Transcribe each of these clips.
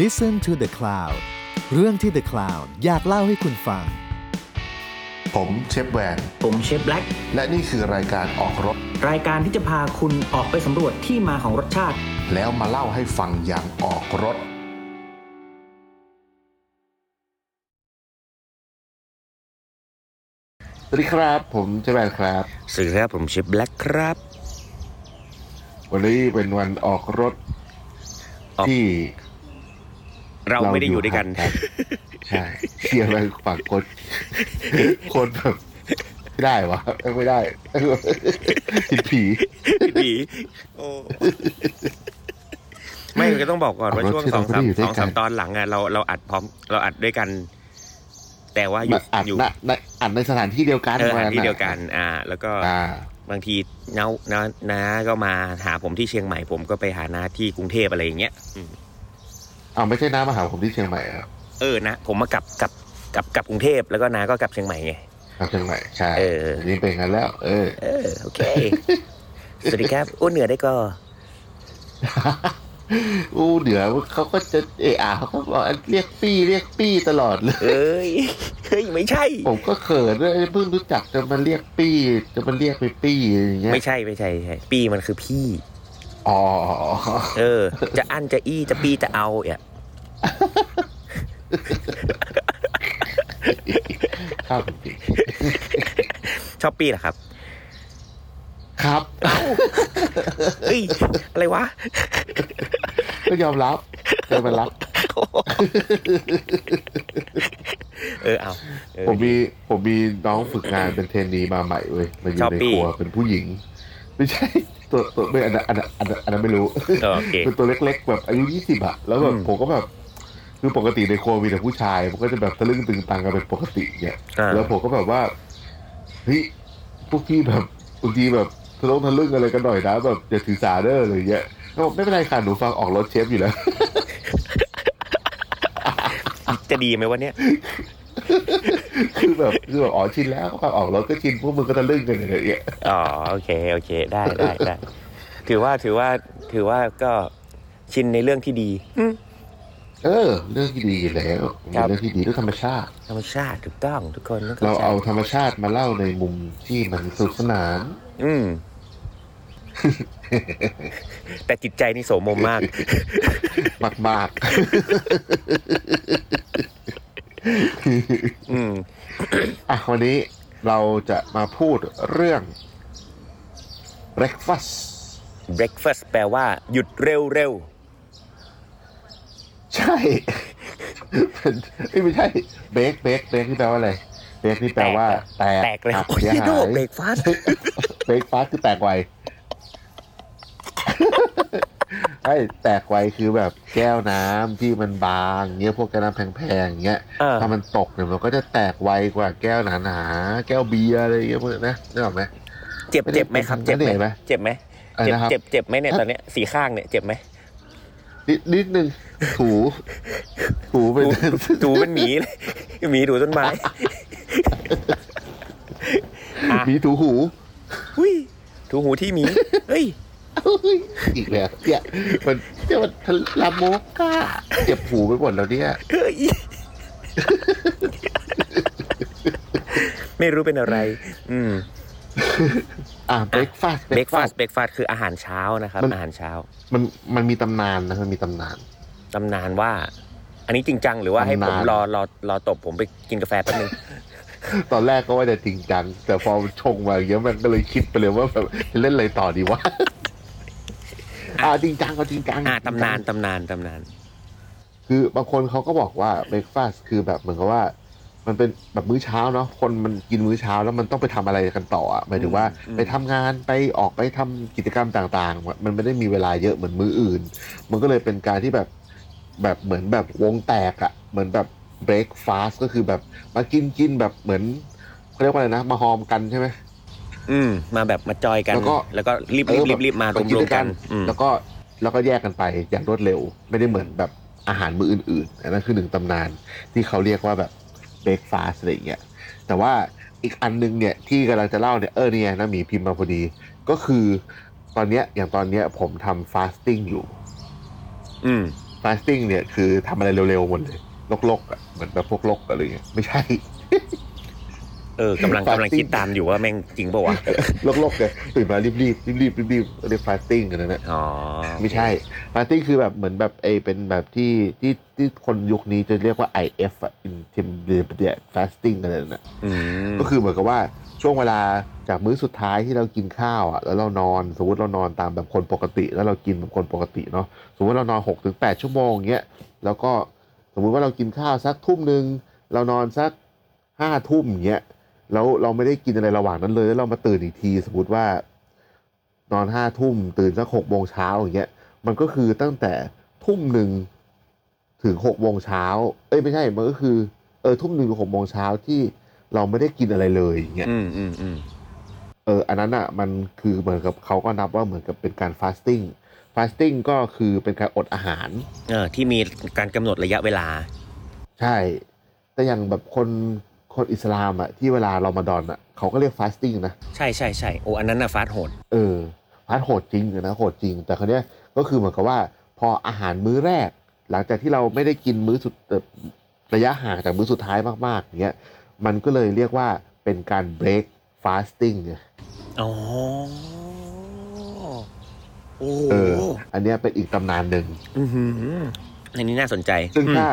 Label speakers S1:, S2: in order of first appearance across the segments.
S1: Listen to the Cloud เรื่องที่ The Cloud อยากเล่าให้คุณฟัง
S2: ผมเชฟแวน
S3: ผมเชฟแบล็ก
S2: และนี่คือรายการออกรถ
S3: รายการที่จะพาคุณออกไปสำรวจที่มาของรสชาติ
S2: แล้วมาเล่าให้ฟังอย่างออกรถ สวัสดีครับ ผมเชฟแวนครับ
S4: สวัสดีครับผมชิปแบล็กครับ
S2: วันนี้เป็นวันออกรถ
S4: ออก
S2: ที่
S4: เราไม่ได้อยู่ด้วยกัน
S2: ห่างใช่เชียร์ไปฝาก คนคนแบบไม่ได้วะไม่ ได้ติดผี
S4: ผี โอ้ไม่ก็ต้องบอกก่อนว่า
S2: เอารถ
S4: ช่วง
S2: ที่
S4: ส
S2: เรา
S4: องสาม
S2: ไม่ได้อยู่ด้วย
S4: สองสาม
S2: กัน
S4: ตอนหลังอ่ะเราเราอัดพร้อม เราอัดด้วยกัน แต่ว่าอยู่
S2: มาอัด
S4: อยู่
S2: ณณอัดในสถานที่เดียวกัน
S4: เอออัดที่
S2: ะ
S4: เดียวกัน อ่า แล้วก็
S2: อ่า
S4: บางทีเนาน้าน้าก็มาหาผมที่เชียงใหม่ผมก็ไปหาน้าที่กรุงเทพอะไรอย่างเงี้ยอืม
S2: เอาไม่ใช่น้ามาหาผมที่เชียงใหม่เหรอครับ
S4: เออนะผมมากลับกลับกลับกลับกรุงเทพแล้วก็น้าก็กลับเชียงใหม่ไง
S2: ครับเชียงใหม่ใช่
S4: เออ
S2: เดี๋ยวนี่เป็นกันแล้ว เออ
S4: เออโอ เค สวัสดีครับอ้วนเหนือได้ก็
S2: อู้เดี๋ยวเขาก็จะเอออาเขาก็บอกเรียกปี้เรียกปี้ตลอดเลย
S4: เอ้ยเฮ้ยไม่ใช่
S2: ผมก็เขินด้วยเพิ่งรู้จักจะมาเรียกปี้จะมาเรียกไปปี้อย่างเงี้ย
S4: ไม่ใช่ไม่ใช่ไม่ใช่ปีมันคือพี่
S2: อ๋อ
S4: เออ จะอั้นจะอี้จะปีจะเอาเนี่ย
S2: ครับจริง
S4: ชอบปีเหรอครับ
S2: ๆครับ
S4: เฮ้ยอะไรวะ
S2: ก็ยอมรับยอมรับ
S4: เออเอาเออ
S2: ผมมีผมมีน้องฝึกงานเป็นเทรนนีมาใหม่เว้ยมาอยู่
S4: ชอบ
S2: ใน
S4: ปี้
S2: ครัวเป็นผู้หญิง ไม่ใช่ ตัวตัวไม่อันนั้นอันนั้นอันนั้นอันนั้นไม่รู้
S4: โอเค
S2: เป็นตัวเล็กๆแบบอายุยี่สิบอะแล้วแบบ
S4: อืม
S2: ผมก็แบบคือปกติในครัวมีแต่ผู้ชายมันก็จะแบบตะลึงตึงตังกันเป็นปกติเนี่ย
S4: อ่า
S2: แล้วผมก็แบบว่าเฮ้ยพวกพี่แบบบางทีแบบทะลงทะลึ่งอะไรกันหน่อยนะแบบอย่าถือสาเด้ออะไรอย่างเงี้ยเขาบอกไม่เป็นไรค่ะหนูฟังออกรถเชฟอยู่แล้ว
S4: จะดีไหมวันเนี้ย
S2: คือแบบคือแบบอ๋อชินแล้วฟังออกรถก็ชินพวกมึงก็ทะลึ่งกันอะไรอย่างเงี้ย
S4: อ๋อโอเคโอเคได้ได้ได้ถือว่าถือว่าถือว่าก็ชินในเรื่องที่ดี
S2: เออ เรื่องที่ดีอยู่แล้ว
S4: ครับ
S2: เรื่องที่ดีเรื่องธรรมชาติ
S4: ธรรมชาติถูกต้องทุกคนต้อง
S2: เรา
S4: ใจ
S2: เอาธรรมชาติมาเล่าในมุมที่มันสนุกสนาน
S4: อืม แต่จิตใจนี่โสมม มาก
S2: มากมาก
S4: อืม
S2: ๆ อ่ะวันนี้เราจะมาพูดเรื่อง breakfast
S4: breakfast แปลว่าหยุดเร็วเร็ว
S2: ใช่ เป็นเอ้ยไม่ใช่ break break break นี่แปลว่าอะไร break นี่แปลว่า แตก
S4: แตกเร็ว
S2: หัก
S4: โอ้ย
S2: เสีย
S4: โด
S2: หาย
S4: เบรกฟาส
S2: breakfast คือแตกไว ไอ้แตกไวคือแบบแก้วน้ำที่มันบางเงี้ยพวกแก้วน้ำแพงๆเงี้ย
S4: เออ
S2: ถ้ามันตกเนี่ยมันก็จะแตกไวกว่าแก้วหนาๆแก้วเบียร์อะไรอย่างเงี้ยพวกนี้นะนึกออกไหม
S4: เจ็บเจ็บไหมครับเจ็บ
S2: ไม่ได้เห็นไหม
S4: เจ็บไหม
S2: อะไร
S4: เจ็บ
S2: นะครับ
S4: เจ็บเจ็บไหมเนี่ยตอนเนี้ยสีข้างเนี่ยเจ็บไหม
S2: นิดนิดนึงถู ถูไป
S4: ดูดูเป็นหมีเลยหมีดูต้นไม้อ่ะ
S2: มีถู หู
S4: อุ้ยถูหูที่หมีเฮ้ย
S2: อุ๊ยอีกแล้วเนี่ยมันเนี่ยมันทะลามกก้าเจ็บหูไปหมดแล้วเนี่ย
S4: เฮ้ยไม่รู้เป็นอะไร อืม
S2: อ่ะเบรกฟาส
S4: breakfast breakfast คืออาหารเช้านะครับ
S2: มัน
S4: อาหารเช้า
S2: มันมันมีตำนานนะมันมีตำนาน
S4: ตำนานว่า อันนี้จริงจังหรือว่าให้ผม
S2: ตำนาน
S4: รอรอรอตบผมไปกินกาแฟแป๊บนึง
S2: ตอนแรกก็ว่าจะจริงจัง แต่พอมันชงมาเยอะมันก็เลยคิดไปเลยว่าแบบจะเล่นอะไรต่อดีวะอ่ะจริงจังก็จริงจัง
S4: อ่าตำนานตำนานตำนาน
S2: คือบางคนเขาก็บอกว่าเบรกฟาสคือแบบเหมือนกับว่า มันเป็นแบบมื้อเช้าเนาะคนมันกินมื้อเช้าแล้วมันต้องไปทำอะไรกันต่ออะหมายถึงว่า
S4: อืม
S2: ไปทำงานไปออกไปทำกิจกรรมต่างๆ มันไม่ได้มีเวลาเยอะเหมือนมื้ออื่น มันก็เลยเป็นการที่แบบแบบเหมือนแบบวงแตกอะเหมือนแบบเบรกฟาสก็คือแบบมากินกินแบบเหมือนเขาเรียกว่าอะไรนะมาหอมกันใช่ไหม
S4: อืมมาแบบมาจอยกัน
S2: แล้วก็
S4: แล้วก็รีบรีบรีบรีบมารวมรวมกันอืม
S2: แล้วก็แล้วก็แยกกันไปอย่างรวดเร็ว ไม่ได้เหมือนแบบอาหารมื้ออื่นๆอันนั้นคือหนึ่งตำนานที่เขาเรียกว่าแบบเบรกฟาสอะไรอย่างเงี้ยแต่ว่าอีกอันนึงเนี่ยที่กำลังจะเล่าเนี่ยเออเนี่ยนะหมีพิมพ์มาพอดี ก็คือตอนเนี้ยอย่างตอนเนี้ยผมทำฟาสติ้งอยู่
S4: อืม
S2: ฟ ฟาสติ้งเนี่ยคือทำอะไรเร็วๆหมดเลยลกๆอ่ะเหมือนแบบพวกลกอะไรเงี้ยไม่ใช่
S4: เออกำลังกำลังคิดตามอยู่ว่าแม่งจริง ป่าวะ
S2: ลกๆเลยตื่นมารีบๆรีบๆรีบๆเรียกฟาสติ้งกันนะเนี่ย
S4: อ๋อ
S2: ไม่ใช่ปาร์ตี้คือแบบเหมือนแบบไอเป็นแบบที่ที่ที่คนยุคนี้จะเรียกว่า IF อ่ะ intermittent fasting อะไรนั่นนะ
S4: อืม
S2: ก็คือเหมือนกับว่าช่วงเวลาจากมื้อสุดท้ายที่เรากินข้าวอ่ะแล้วเรานอนสมมติเรานอนตามแบบคนปกติ แล้วเรากินแบบคนปกติเนาะสมมติเรานอน6กถึงแชั่วโมงเงี้ยแล้วก็สมมุติว่าเรากินข้าวสักทุ่มหนึ่งเรานอนสักห้าทุ่มเงี้ยแล้วเราไม่ได้กินอะไรระหว่างนั้นเลยแล้วเรามาตื่นอีกที สมมติว่า นอนห้าทุ่มตื่นสักหกโมงเช้าอย่างเงี้ย มันก็คือตั้งแต่ทุ่มหนึ่งถึงหกโมงเช้า เอ้ยไม่ใช่ มันก็คือเออทุ่มหนึ่งถึงหกโมงเช้าที่เราไม่ได้กินอะไรเลยอย่างเงี้ย
S4: อืมอืมอืม
S2: เอออันนั้นอ่ะมันคือเหมือนกับเขาก็นับว่าเหมือนกับเป็นการฟาสติ้ง ฟาสติ้งก็คือเป็นการอดอาหาร
S4: เออที่มีการกำหนดระยะเวลา
S2: ใช่ แต่อย่างแบบคนคนอิสลามอ่ะที่เวลารอมฎอนอ่ะเขาก็เรียกฟาสติ้งนะ
S4: ใช่ใช่ใช่โอ้อันนั้นน่ะฟาสต์โหด
S2: เออพาร์ทโหดจริงนะโหดจริง แต่คราวเนี้ยก็คือเหมือนกับว่า พออาหารมื้อแรก หลังจากที่เราไม่ได้กินมื้อสุดเอ่อระยะห่างจากมื้อสุดท้ายมากๆอย่างเงี้ยมันก็เลยเรียกว่าเป็นการ break fasting ไง
S4: อ๋อ โอ้
S2: เออ อันเนี้ยเป็นอีกตำนานหนึ่ง
S4: อหืออันนี้น่าสนใจ
S2: ซึ่ง
S4: อืม
S2: ถ้า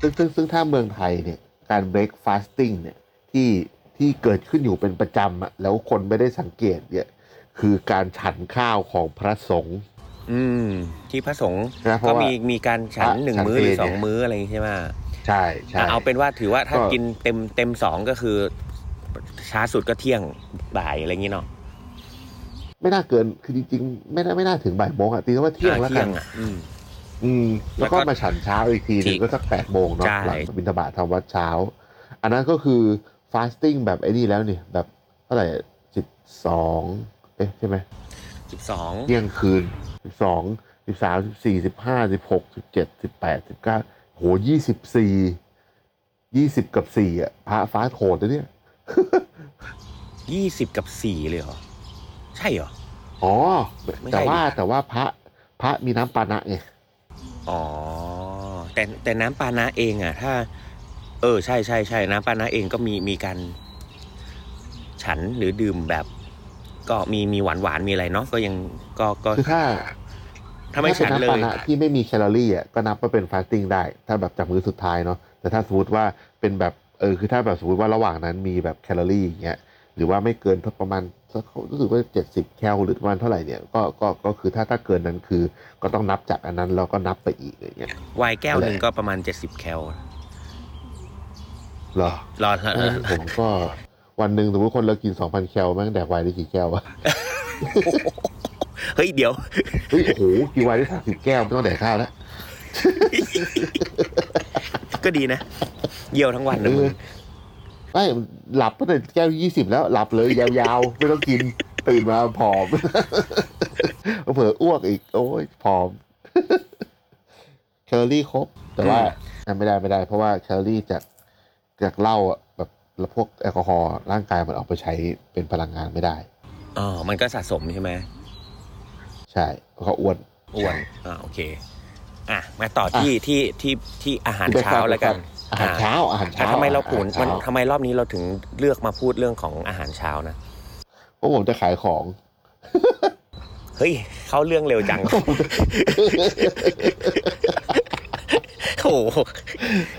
S2: ซึ่งซึ่งซึ่งถ้าเมืองไทยเนี่ยการ break fasting เนี่ยที่ที่เกิดขึ้นอยู่เป็นประจำอะแล้วคนไม่ได้สังเกตเนี่ยคือการฉันข้าวของพระสงฆ์
S4: อืม ที่พระสงฆ์
S2: นะเพ
S4: ก็
S2: ราะว่า
S4: มีมีการฉัน
S2: พระ
S4: หนึ่ง
S2: ฉัน
S4: มื้อหรือ
S2: เพล
S4: สอง
S2: เนี่ย
S4: มื้ออะไรอย่างงี้ใช่ไหม
S2: ใช่ใช่
S4: อ่ะเอาเป็นว่าถือว่าถ้า
S2: ก็
S4: กินเต็มเต็มสองก็คือ ช้าสุดก็เที่ยงบ่ายอะไรอย่างงี้เนาะ
S2: ไม่น่าเกิน คือจริงๆ ไม่น่าไม่น่าถึงบ่ายโมงอ่ะตีซะว่าเที่ยง
S4: อ่ะ
S2: แล้ว
S4: เที่
S2: กั
S4: ย
S2: น
S4: งอ่ะอืม
S2: อืม แล้วก็
S4: แล้วก็
S2: มาฉันเช้าอีกทีหนึงก็สักแปดโมงเนาะ
S4: ใช่
S2: หลังบิณฑบาตทำวัดเช้า อันนั้นก็คือ fasting แบบไอ้นี่แล้วเนี่ย แบบเท่าไหร่สิบสองเอ๊ะใช่ไหม
S4: สิบสอง
S2: เที่ยงคืนสิบสองสิบสามสิบสี่สิบห้าสิบหกสิบเจ็ดสิบแปดสิบเก้าโหยี่สิบสี่ยี่สิบกับสี่อ่ะพระฟ้าโหดนะเนี่ย
S4: ยี่สิบกับสี่เลยเหรอ ใช่เหรอ
S2: อ๋อ
S4: ไม่ใช่
S2: แต่ว่า
S4: ดิ
S2: แต่ว่าพระพระมีน้ำปานะไง
S4: อ๋อ แต่แต่น้ำปานะเองอ่ะ ถ้า เออ ใช่ใช่ใช่น้ำปานะเองก็มีมีการฉันหรือดื่มแบบ ก็มีมีหวานหวานๆมีอะไรเนาะก็ยังก็ก็
S2: คือถ้า
S4: ถ้าไม่ฉันเล
S2: ถ้าป็
S4: ย
S2: น้ำปานะที่ไม่มีแคลอรี่อ่ะก็นับว่าเป็นฟาสติ้งได้ ถ้าแบบจากมื้อสุดท้ายเนาะแต่ถ้าสมมติว่าเป็นแบบเออคือถ้าแบบสมมติว่าระหว่างนั้นมีแบบแคลอรี่อย่างเงี้ยหรือว่าไม่เกินประมาณสักรู้สึกว่าเจ็ดสิบแคลหรือประมาณเท่าไหร่เนี่ยก็ก็ก็คือถ้าถ้าเกินนั้นคือ ก็ต้องนับจากอันนั้นแล้วก็นับไปอีกอย่างเงี้ย
S4: ไวน์แก้วหนึ่ง
S2: อะไร
S4: ก็ประมาณเจ็ดสิบแคล
S2: เหรอ
S4: รอ
S2: เออผมก็วันหนึ่งสมมติคนเรากินสองพันแคลแม่งแดกไวน์ได้กี่แก้ววะ
S4: เฮ้ยเดี๋ยว
S2: เฮ้ยโอ้โหกินไวน์ได้สามสิบแก้วไม่ต้องแดกข้าวแล้ว
S4: ก็ดีนะเยี่ยวทั้งวันนะมึง
S2: ไม่หลับตั้งแต่แก้วยี่สิบแล้ว หลับเลยยาวๆ ไม่ต้องกิน ตื่นมาผอม เผลออ้วกอีก โอ้ยผอม แคลอรี่ครบ แต่ว่าอ่ะไม่ได้ไม่ได้ เพราะว่าแคลอรี่จากจากเหล้าอ่ะแบบแล้วพวกแอลกอฮอล์ร่างกายมันเอาไปใช้เป็นพลังงานไม่ได้
S4: อ๋อมันก็สะสมใช่ไหม
S2: ใช่เพราะเขาอ้วน
S4: อ้วนอ่าโอเค อ่ะ มาต่อที่ที่ที่ที่อาหาร
S2: ที่ breakfast
S4: เช้าแล้วกัน
S2: อาหารเช้า อาหาร
S4: แต่
S2: เช้า
S4: ทำไมเรา
S2: อห
S4: ปูน
S2: ช้
S4: มันทำไมรอบนี้เราถึงเลือกมาพูดเรื่องของอาหารเช้านะ
S2: เพราะผมจะขายของ
S4: เฮ้ย เข้าเรื่องเร็ว จัง โอ้โห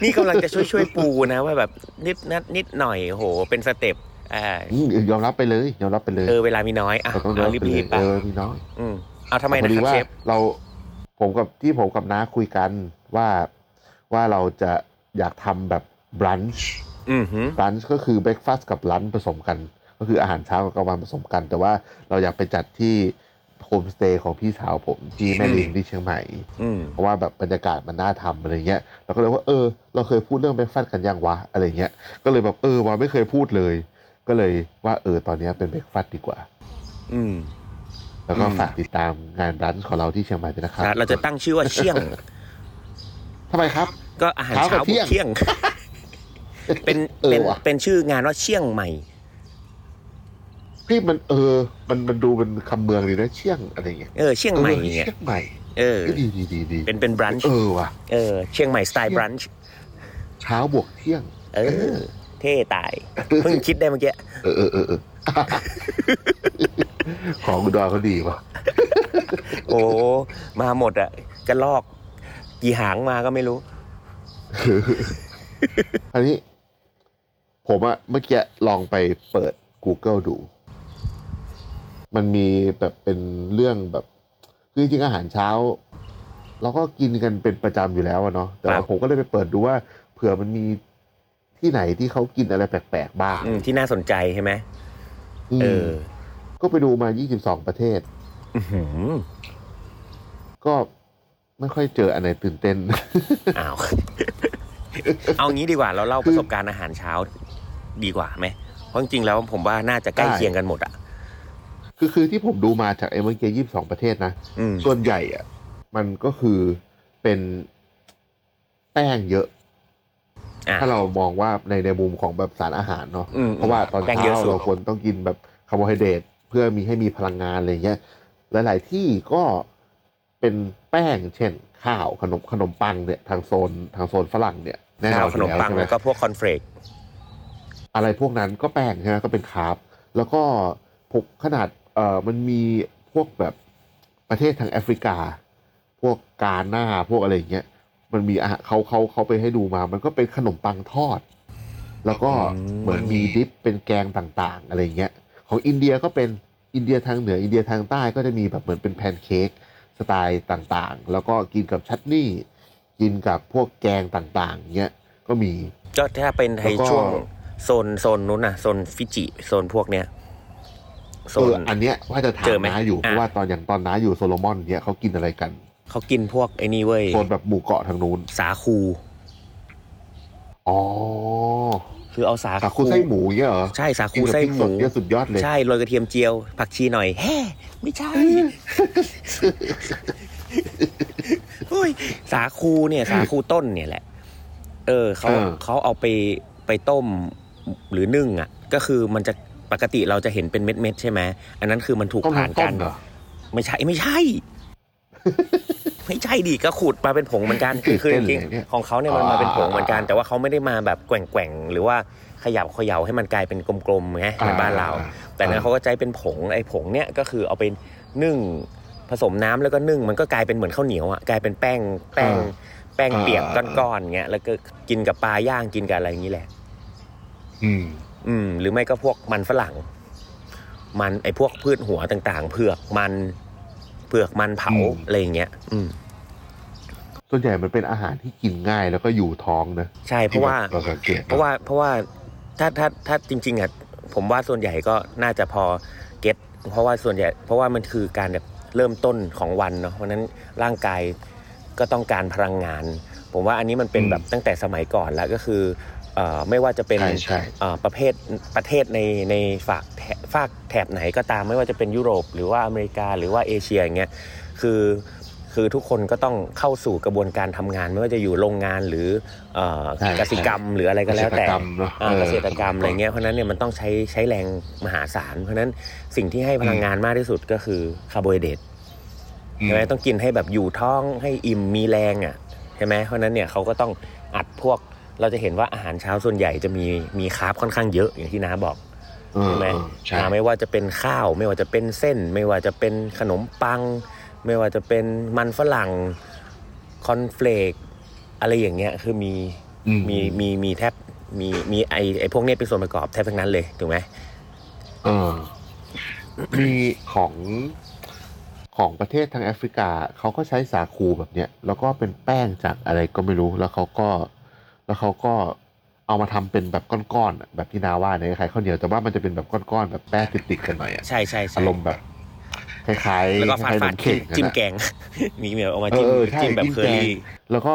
S4: นี่กำลังจะช่วยช่วยๆปูนะว่าแบบนิดนัดนิดหน่อยโอ้โห เป็นสเต็ปอ่า
S2: อืมยอมรับไปเลยยอมรับไปเลย
S4: เออเวลามีน้อยอ่ะ
S2: เราต้องยอม
S4: เอา
S2: รับไปเล
S4: รี
S2: ยเอ
S4: บๆป่ะ
S2: อมีน้อย
S4: อืมเอาทำไมนะ
S2: พอดี
S4: ครับ
S2: ว่า
S4: เชฟ
S2: เราผมกับที่ผมกับน้าคุยกันว่าว่าเราจะอยากทำแบบบรันช์
S4: อือหือบ
S2: รันช์ก็คือเบร a ฟาส s t กับลันผสมกัน ก็คืออาหารเช้ากับกลางวันผสมกัน แต่ว่าเราอยากไปจัดที่โฮมสเตย์ของพี่สาวผมที่แม่ลิงที่เชียงใหม่
S4: อืม
S2: เพราะว่าแบบบรรยากาศมันน่าทำอะไรเงี้ยเราก็เลยว่าเออ เราเคยพูดเรื่องเบรกฟาสต์กันยังวะอะไรเงี้ยก็เลยแบบเออว่าไม่เคยพูดเลย ก็เลยว่าเออตอนเนี้ยเป็นเบรกฟาสต์ดีกว่า
S4: อืม
S2: แล้วก็ฝากติดตามงานบรันช์ของเราที่เชียงใหม่ด้วยนะครับ
S4: นะเราจะตั้งชื่อว่าเชี่ยง
S2: ทำไมครับ
S4: ก็อาหารเช้า
S2: เช้ากับเที่ยง
S4: เที่ยง เป็น
S2: เออ
S4: เป็น
S2: ว่ะ
S4: เป็นชื่องานว่าเชี่ยงใหม่
S2: พี่มันเออ มันมันดูเป็นคำเมืองเลยนะเชี่ยงอะไรเงี้ย
S4: เออเชียงใหม่
S2: ออ
S4: เนี่ย
S2: เชี่ยงใหม่
S4: เออ
S2: ก็ดีดีดีดี
S4: เป็นเป็นบรันช์
S2: เออว่ะ
S4: เออ เชียงใหม่สไตล์บรันช์
S2: เช้าบวกเที่ยง
S4: เออ เท่ตาย เพิ่งคิดได้เมื่อกี้
S2: เออเออเออเอ อ ของอุดรเขาดีว่ะ
S4: โอ้มาหมดอะกระลอก กี่หางมาก็ไม่รู้
S2: อันนี้ ผมอะเมื่อกี้ลองไปเปิด Google ดู มันมีแบบเป็นเรื่องแบบคือจริงๆอาหารเช้า เราก็กินกันเป็นประจำอยู่แล้วอะเนาะแต่
S4: ครั
S2: ว่า
S4: บ
S2: ผมก็เลยไปเปิดดูว่า เผื่อมันมีที่ไหนที่เขากินอะไรแปลกๆบ้าง
S4: อืมที่น่าสนใจใช่ไหม
S2: ม
S4: เออ
S2: ก็ไปดูมา 22 ประเทศ
S4: อื้อหือ
S2: ก็ไม่ค่อยเจออันไหนตื่นเต้ น
S4: อ้าว เอางี้ดีกว่าเราเล่าประสบการณ์อาหารเช้าดีกว่าไหมเพราะจริงๆแล้วผมว่าน่าจะใกล้เคียงกันหมดอะ
S2: คือคือที่ผมดูมาจากไอ้เมื่อกี้ 22 ประเทศนะ
S4: อืม
S2: ส่วนใหญ่อะมันก็คือเป็นแป้งเยอะ
S4: อ่ะ
S2: ถ้าเรามองว่าในในมุมของแบบสารอาหารเนาะ
S4: อืม
S2: เพราะว่าตอน
S4: แป้งเยอะ
S2: เช้า
S4: สุด
S2: เราควรต้องกินแบบคาร์โบไฮเดรตเพื่อมีให้มีพลังงานอะไรเงี้ยหลาย ๆ ที่ก็เป็นแป้งเช่นข้าวขนมขนมปังเนี่ยทางโซนทางโซนฝรั่งเนี่ยแน่น
S4: ข้า
S2: อ
S4: วน
S2: อ
S4: ขน
S2: ยู่
S4: ม
S2: แล้ว
S4: ปัง
S2: ใช่ไหม
S4: แล้วก็พวกคอนเฟลกต์
S2: อะไรพวกนั้นก็แป้งใช่ไหมก็เป็นคาร์บแล้วก็พวกขนาดเอ่อมันมีพวกแบบประเทศทางแอฟริกา พวกกาหน้าพวกอะไรอย่างเงี้ยมันมีอาหารเขาเขาเขาไปให้ดูมา มันก็เป็นขนมปังทอด แล้วก็เหมือนมีดิปเป็นแกงต่างๆ อะไรอย่างเงี้ย ของอินเดียก็เป็นอินเดียทางเหนืออินเดียทางใต้ก็จะมีแบบเหมือนเป็นแพนเค้กสไตล์ต่างๆ แล้วก็กินกับชัตนี่กินกับพวกแกงต่างๆเงี้ยก็มี
S4: ก็ถ้าเป็นไทย
S2: แล้วก็
S4: ช่วงโซนโซนนู้นน่ะโซนฟิจิโซนพวกเนี้ยโซ
S2: เอน ออันเนี้ยว่าจะถา
S4: เจ
S2: ม
S4: อไหม
S2: น้าอยู่
S4: อ่ะ
S2: เพราะว่าตอนอย่างตอนน้าอยู่โซโลมอนเนี่ยเขากินอะไรกัน
S4: เขากินพวกไอ้นี่เว้ย
S2: โซนแบบหมู่เกาะทางนู้น
S4: สาคู
S2: อ๋อ
S4: คือเอาสา
S2: สาคูไส้หมูเงี้ยเหรอ
S4: ใช่สา
S2: กิ
S4: คู
S2: นกับ
S4: ไส้
S2: พริก
S4: ห
S2: ส
S4: มู
S2: ดเนี่ยสุดยอดเลย
S4: ใช่โรยกระเทียมเจียว ผักชีหน่อยแฮ่ไม่ใช่โอ้ยสาคูเนี่ย สาคูต้นเนี่ยแหละ เออเขา
S2: เออ
S4: เขาเอาไปไปต้มหรือนึ่งอ่ะ ก็คือมันจะปกติเราจะเห็นเป็นเม็ดเม็ดๆใช่ไหมอันนั้นคือมันถูก
S2: ต้ม
S4: ผ่าน
S2: น้ำต้
S4: กาม ร
S2: เหรอ
S4: ไม่ใช่ไม่ใช่ ไม่ใช่ดิก็ขูดมาเป็นผงเหมือน กันคือคือจริง
S2: เนี่ย
S4: ๆของเขาเนี่ยมันมาเป็นผงเหมือนกัน
S2: อ่า
S4: แต่ว่าเขาไม่ได้มาแบบแกว่งๆหรือว่าเขยับเขย่าให้มันกลายเป็นกลมๆไงเหมือนบ้านเรา
S2: อ่า
S4: แต่นั้นเขาก็ใช้เป็นผงไอ้ผงเนี่ยก็คือเอาไปนึ่งผสมน้ำแล้วก็นึ่งมันก็กลายเป็นเหมือนข้าวเหนียวอ่ะกลายเป็นแป้งแป้ง
S2: อ่า
S4: แป้ง
S2: อ่า
S4: เปียกก้อนๆเงี้ยแล้วก็กินกับปลาย่างกินกับอะไรอย่างนี้แหละ
S2: อืม
S4: อืมหรือไม่ก็พวกมันฝรั่ง มันไอพวกพืชหัวต่างๆ เผือกมันเผือกมันเผา
S2: อืม
S4: อะไรอย่างเงี้ยอืม
S2: ส่วนใหญ่มันเป็นอาหารที่กินง่ายแล้วก็อยู่ท้องนะ
S4: ใช่เพราะว่า
S2: ที่แบบเราสังเกตน
S4: เพราะว่าเพราะว่าถ้าถ้าถ้าจริง ๆอ่ะผมว่าส่วนใหญ่ก็น่าจะพอเก็ตเพราะว่าส่วนใหญ่ เพราะว่ามันคือการแบบเริ่มต้นของวันเนาะเพราะฉะนั้นร่างกายก็ต้องการพลังงาน ผมว่าอันนี้มันเป็น
S2: อืม
S4: แบบตั้งแต่สมัยก่อนแล้วก็คือเอ่อไม่ว่าจะเป็น
S2: ใช่ใช่
S4: เอ่อประเภทประเทศในในฝากแถฝากแถบไหนก็ตามไม่ว่าจะเป็นยุโรป หรือว่าอเมริกาหรือว่าเอเชียอย่างเงี้ยคือคือทุกคนก็ต้องเข้าสู่กระบวนการทำงาน ไม่ว่าจะอยู่โรงงานหรือเอ่อ
S2: ใช่
S4: กสิกรรมหรืออะไร ก็แล้วแต่
S2: เกษตรกรรมเนอะ
S4: อ่า
S2: เออ
S4: เกษตรกรรมอะไรเงี้ยเพราะฉะนั้นเนี่ยมันต้องใช้ใช้แรงมหาศาล เพราะฉะนั้นสิ่งที่ให้พลังงานมากที่สุดก็คือคาร์โบไฮเดรต
S2: อืม
S4: ใช่ไหมต้องกินให้แบบอยู่ท้องให้อิ่มมีแรงอ่ะใช่ไหมเพราะฉะนั้นเนี่ยเขาก็ต้องอัดพวกเราจะเห็นว่าอาหารเช้าส่วนใหญ่จะมีมีคาร์บค่อนข้างเยอะอย่างที่น้าบอก
S2: เออ
S4: ใช่ไหม
S2: เออใช่
S4: อ่าไม่ว่าจะเป็นข้าว ไม่ว่าจะเป็นเส้น ไม่ว่าจะเป็นขนมปัง ไม่ว่าจะเป็นมันฝรั่งคอนเฟลกอะไรอย่างเงี้ยคือมี
S2: อืม
S4: มีมีมีแทบมีมีไอไอพวกเนี้ยเป็นส่วนประกอบแทบทั้งนั้นเลยถูกไหม
S2: เออ มีของของประเทศทางแอฟริกาเขาก็ใช้สาคูแบบเนี้ย แล้วก็เป็นแป้งจากอะไรก็ไม่รู้ แล้วเขาก็ แล้วเขาก็เอามาทำเป็นแบบก้อนๆอะแบบที่นาว่าเนี่ยคล้ายๆข้าวเหนียวแต่ว่ามันจะเป็นแบบก้อนๆแบบแป้งติดๆกันหน่อยอะ
S4: ใช่ใช่ใช่
S2: อารมณ์แบบคล้ายๆ
S4: แล้วก็ฟาด
S2: คล้ายๆ
S4: ฟาด
S2: นม
S4: จิ้
S2: เข่งอะนะ
S4: มจิ้มแกง มีเหมียวเอามา
S2: เอ
S4: จิ้ม
S2: อเออใช่
S4: จิ้มแบบ
S2: จิ้ม
S4: เคอ
S2: แกง
S4: รี่
S2: แล้วก็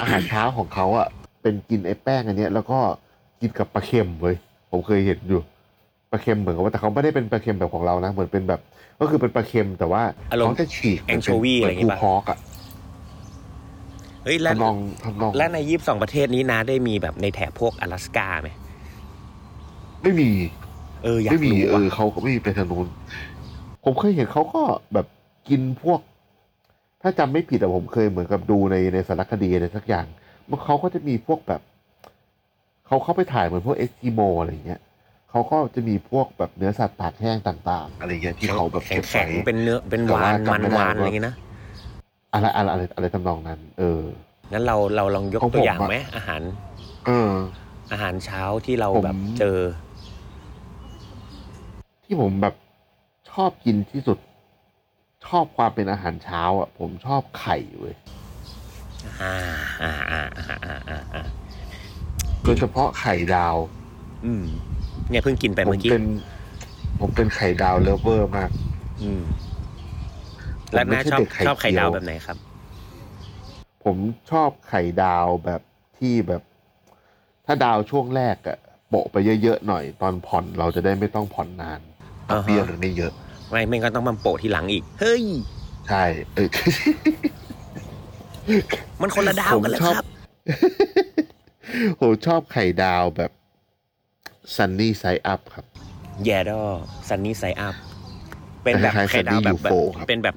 S2: อาหารเช้าของเขาอ่ะ เป็นกินไอ้แป้งอันเนี้ย แล้วก็กินกับปลาเค็มเว้ยผมเคยเห็นอยู่ปลาเค็มเหมือนกับว่าแต่เขาไม่ได้เป็นปลาเค็มแบบของเรานะเหมือนเป็นแบบ ก็คือเป็นปลาเค็มแต่ว่า
S4: อารมณ์
S2: เขาจะฉีก
S4: แองโชวีอะไรอย่างงี้
S2: งี้
S4: ปะ
S2: ฮอกอ่ะ
S4: เฮ้ยแล้ว
S2: ทำนองทำนอง
S4: แล้วในยี่สิบสองประเทศนี้นะได้มีแบบในแถบพวกอลาสก้าไหม
S2: ไม่มี
S4: เอออยาก
S2: ไม่มี
S4: รู้
S2: เอ
S4: ว่ะ
S2: อเขาก็ไม่มีไปทางนู้นผมเคยเห็นเขาก็แบบกินพวก ถ้าจำไม่ผิดอะผมเคยเหมือนกับดูในในสารคดีอะไรสักอย่างมันเขาก็จะมีพวกแบบเขาเข้าไปถ่ายเหมือนพวกเอสกิโมอะไรอย่างเงี้ยเขาก็จะมีพวกแบบเนื้อสัตว์ตากแห้งต่างๆ อะไรอย่างเงี้ยที่เขาแบบเก็
S4: แข็ง
S2: บ
S4: แข็
S2: ไว้
S4: งเป็นเนื้อเป็นหวานมันหวานอะไรอย่างงี้นะ
S2: อะไรอะไรอะไรอะไรทำนองนั้น เออ
S4: งั้นเราเราลองยก
S2: ของผม
S4: ตัวอย่าง
S2: อะ
S4: ไหมอาหาร
S2: เออ
S4: อาหารเช้าที่เรา
S2: ผม
S4: แบบเจอ
S2: ที่ผมแบบชอบกินที่สุด ชอบความเป็นอาหารเช้าอ่ะ ผมชอบไข่เว้ย
S4: อ่าอ่าอ่าอ่าอ่าอ่าอ่า
S2: โดยเฉพาะไข่ดาว
S4: อืม เนี่ยเพิ่งกินไป
S2: ผ
S4: เมื่
S2: ม
S4: อกี้
S2: เป็น ผมเป็นไข่ดาวเลฟเวอร์มาก
S4: อืม
S2: ผม
S4: แล้ว
S2: ไม่
S4: น้า
S2: ใช่
S4: ชอ
S2: เด็
S4: บ
S2: กไข่
S4: ชอบไข่
S2: เจียว
S4: ดาวแบบไหนครับ
S2: ผมชอบไข่ดาวแบบที่แบบ ถ้าดาวช่วงแรกอะโปะไปเยอะๆหน่อยตอนผ่อนเราจะได้ไม่ต้องผ่อนนาน
S4: อ่าฮะ
S2: เบี้ยมันไม่เยอะ
S4: ไม่ไม่ก็ต้องมาโปะทีหลังอีก เฮ้ย
S2: ใช่เออ
S4: มันคนละดาวกันแล้ว
S2: ผมชอบ
S4: ครับ
S2: ผมชอบไข่ดาวแบบซันนี่ไซอัพครับ
S4: แย่ดอซันนี่ไซอัพ เป็นแบบ
S2: คล้ายๆ
S4: ไข่ดาว
S2: Sunny
S4: แบบแบบ
S2: UFO ครับ
S4: เป็นแบบ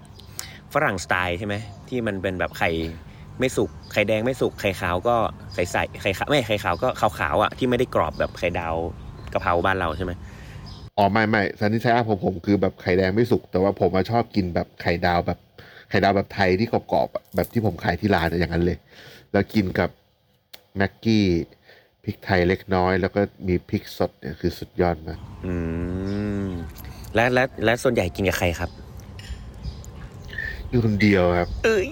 S4: ฝรั่งสไตล์ใช่ไหม ที่มันเป็นแบบไข่ไม่สุก ไข่แดงไม่สุก ไข่ขาวก็ใสๆไข่ขาวไม่ไข่ขาวก็ขาวๆอ่ะที่ไม่ได้กรอบแบบไข่ดาวกะเพราบ้านเราใช่ไหม
S2: อ๋อไม่ไม่ซันนี่ไซอัพของผมคือแบบไข่แดงไม่สุก แต่ว่าผมมาชอบกินแบบไข่ดาวแบบไข่ดาวแบบไทยที่กรอบๆอะแบบที่ผมขายที่ร้านอะอย่างนั้นเลย แล้วกินกับแม็กกี้พริกไทยเล็กน้อย แล้วก็มีพริกสดเนี่ยคือสุดยอดมาก
S4: อืม และและและส่วนใหญ่กินกับใครครับ
S2: อยู่คนเดียวครับ
S4: เอ้ย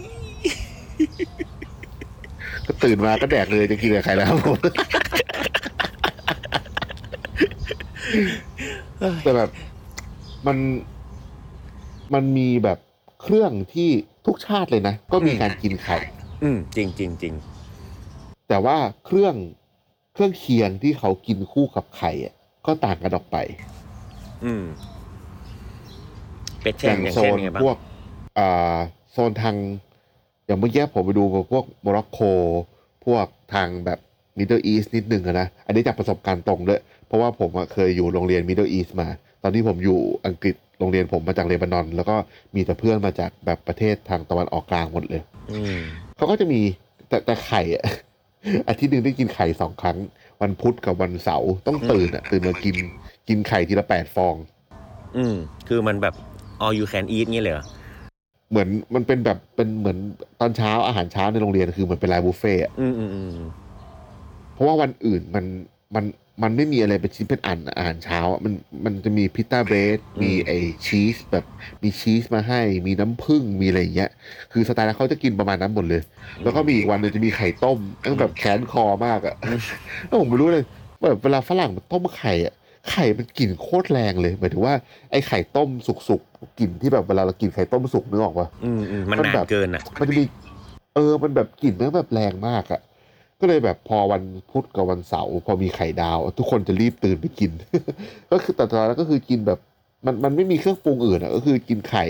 S2: ก็ตื่นมาก็แดกเลยจะกินกับใครแล้วครับผม แต่แบบมันมันมีแบบเครื่องที่ทุกชาติเลยนะ ก็มีการกินไข่
S4: อืม จริงจริงจริง
S2: แต่ว่าเครื่องเครื่องเคียงที่เขากินคู่กับไข่อะก็ต่างกันออกไป
S4: อืม เป็ดเช่นอย่าง
S2: โซ
S4: เช่น
S2: น
S4: ไงบ้าง
S2: พวกอ่าโซนทาง อย่างเมื่อกี้ผมไปดูพวกโมร็อกโกพวกทางแบบมิดเดิลอีสนิดนึงอะนะ อันนี้จากประสบการณ์ตรงด้วย เพราะว่าผมอะเคยอยู่โรงเรียนมิดเดิลอีสมา ตอนที่ผมอยู่อังกฤษโรงเรียนผมมาจากเลบานอน แล้วก็มีแต่เพื่อนมาจากแบบประเทศทางตะวันออกกลางหมดเลย
S4: อืม
S2: เขาก็จะมีแต่แต่ไข่อะ อาทิตย์หนึ่งได้กินไข่สองครั้ง วันพุธกับวันเสาร์ต้องตื่นอะตื่นมากินกินไข่ทีละแปดฟอง
S4: อืม คือมันแบบ all you can eat เงี้ยเลยเหรอ
S2: เหมือนมันเป็นแบบเป็นเหมือนตอนเช้าอาหารเช้าในโรงเรียนคือเหมือนเป็นไลน์บุฟเฟ่อะ
S4: อืมอืมอืม
S2: เพราะว่าวันอื่นมันมันมันไม่มีอะไรเป็นชิ้นเป็นอันอะอาหารเช้าอะมันมันจะมีพิตต้าเบรดมีไอชีสแบบมีชีสมาให้ มีน้ำผึ้งมีอะไรอย่างเงี้ยคือสไตล์แล้วเขาจะกินประมาณนั้นหมดเลย แล้วก็มีอีกวันหนึงจะมีไข่ต้มตั้งแบบแขนคอมากอะ แล้วผมไม่รู้เลยแบบเวลาฝรั่งมันต้มไข่อะไข่มันกลิ่นโคตรแรงเลยหมายถึงว่าไอ้ไข่ต้มสุกๆกลิ่นที่แบบเวลาเรากินไข่ต้มสุกนึกออกปะ
S4: อืมอืมมัน
S2: มัน
S4: นา
S2: แบ
S4: น
S2: บ
S4: เกินอ่ะ
S2: มันจะมีเออมันแบบกลิ่นมันแบบแรงมากอะก็เลยแบบพอวันพุธกับวันเสาร์พอมีไข่ดาว ทุกคนจะรีบตื่นไปกิน ก็คือแต่ตอนนั้นก็คือกินแบบมันมันไม่มีเครื่องปรุงอื่นอะก็คือกินไข่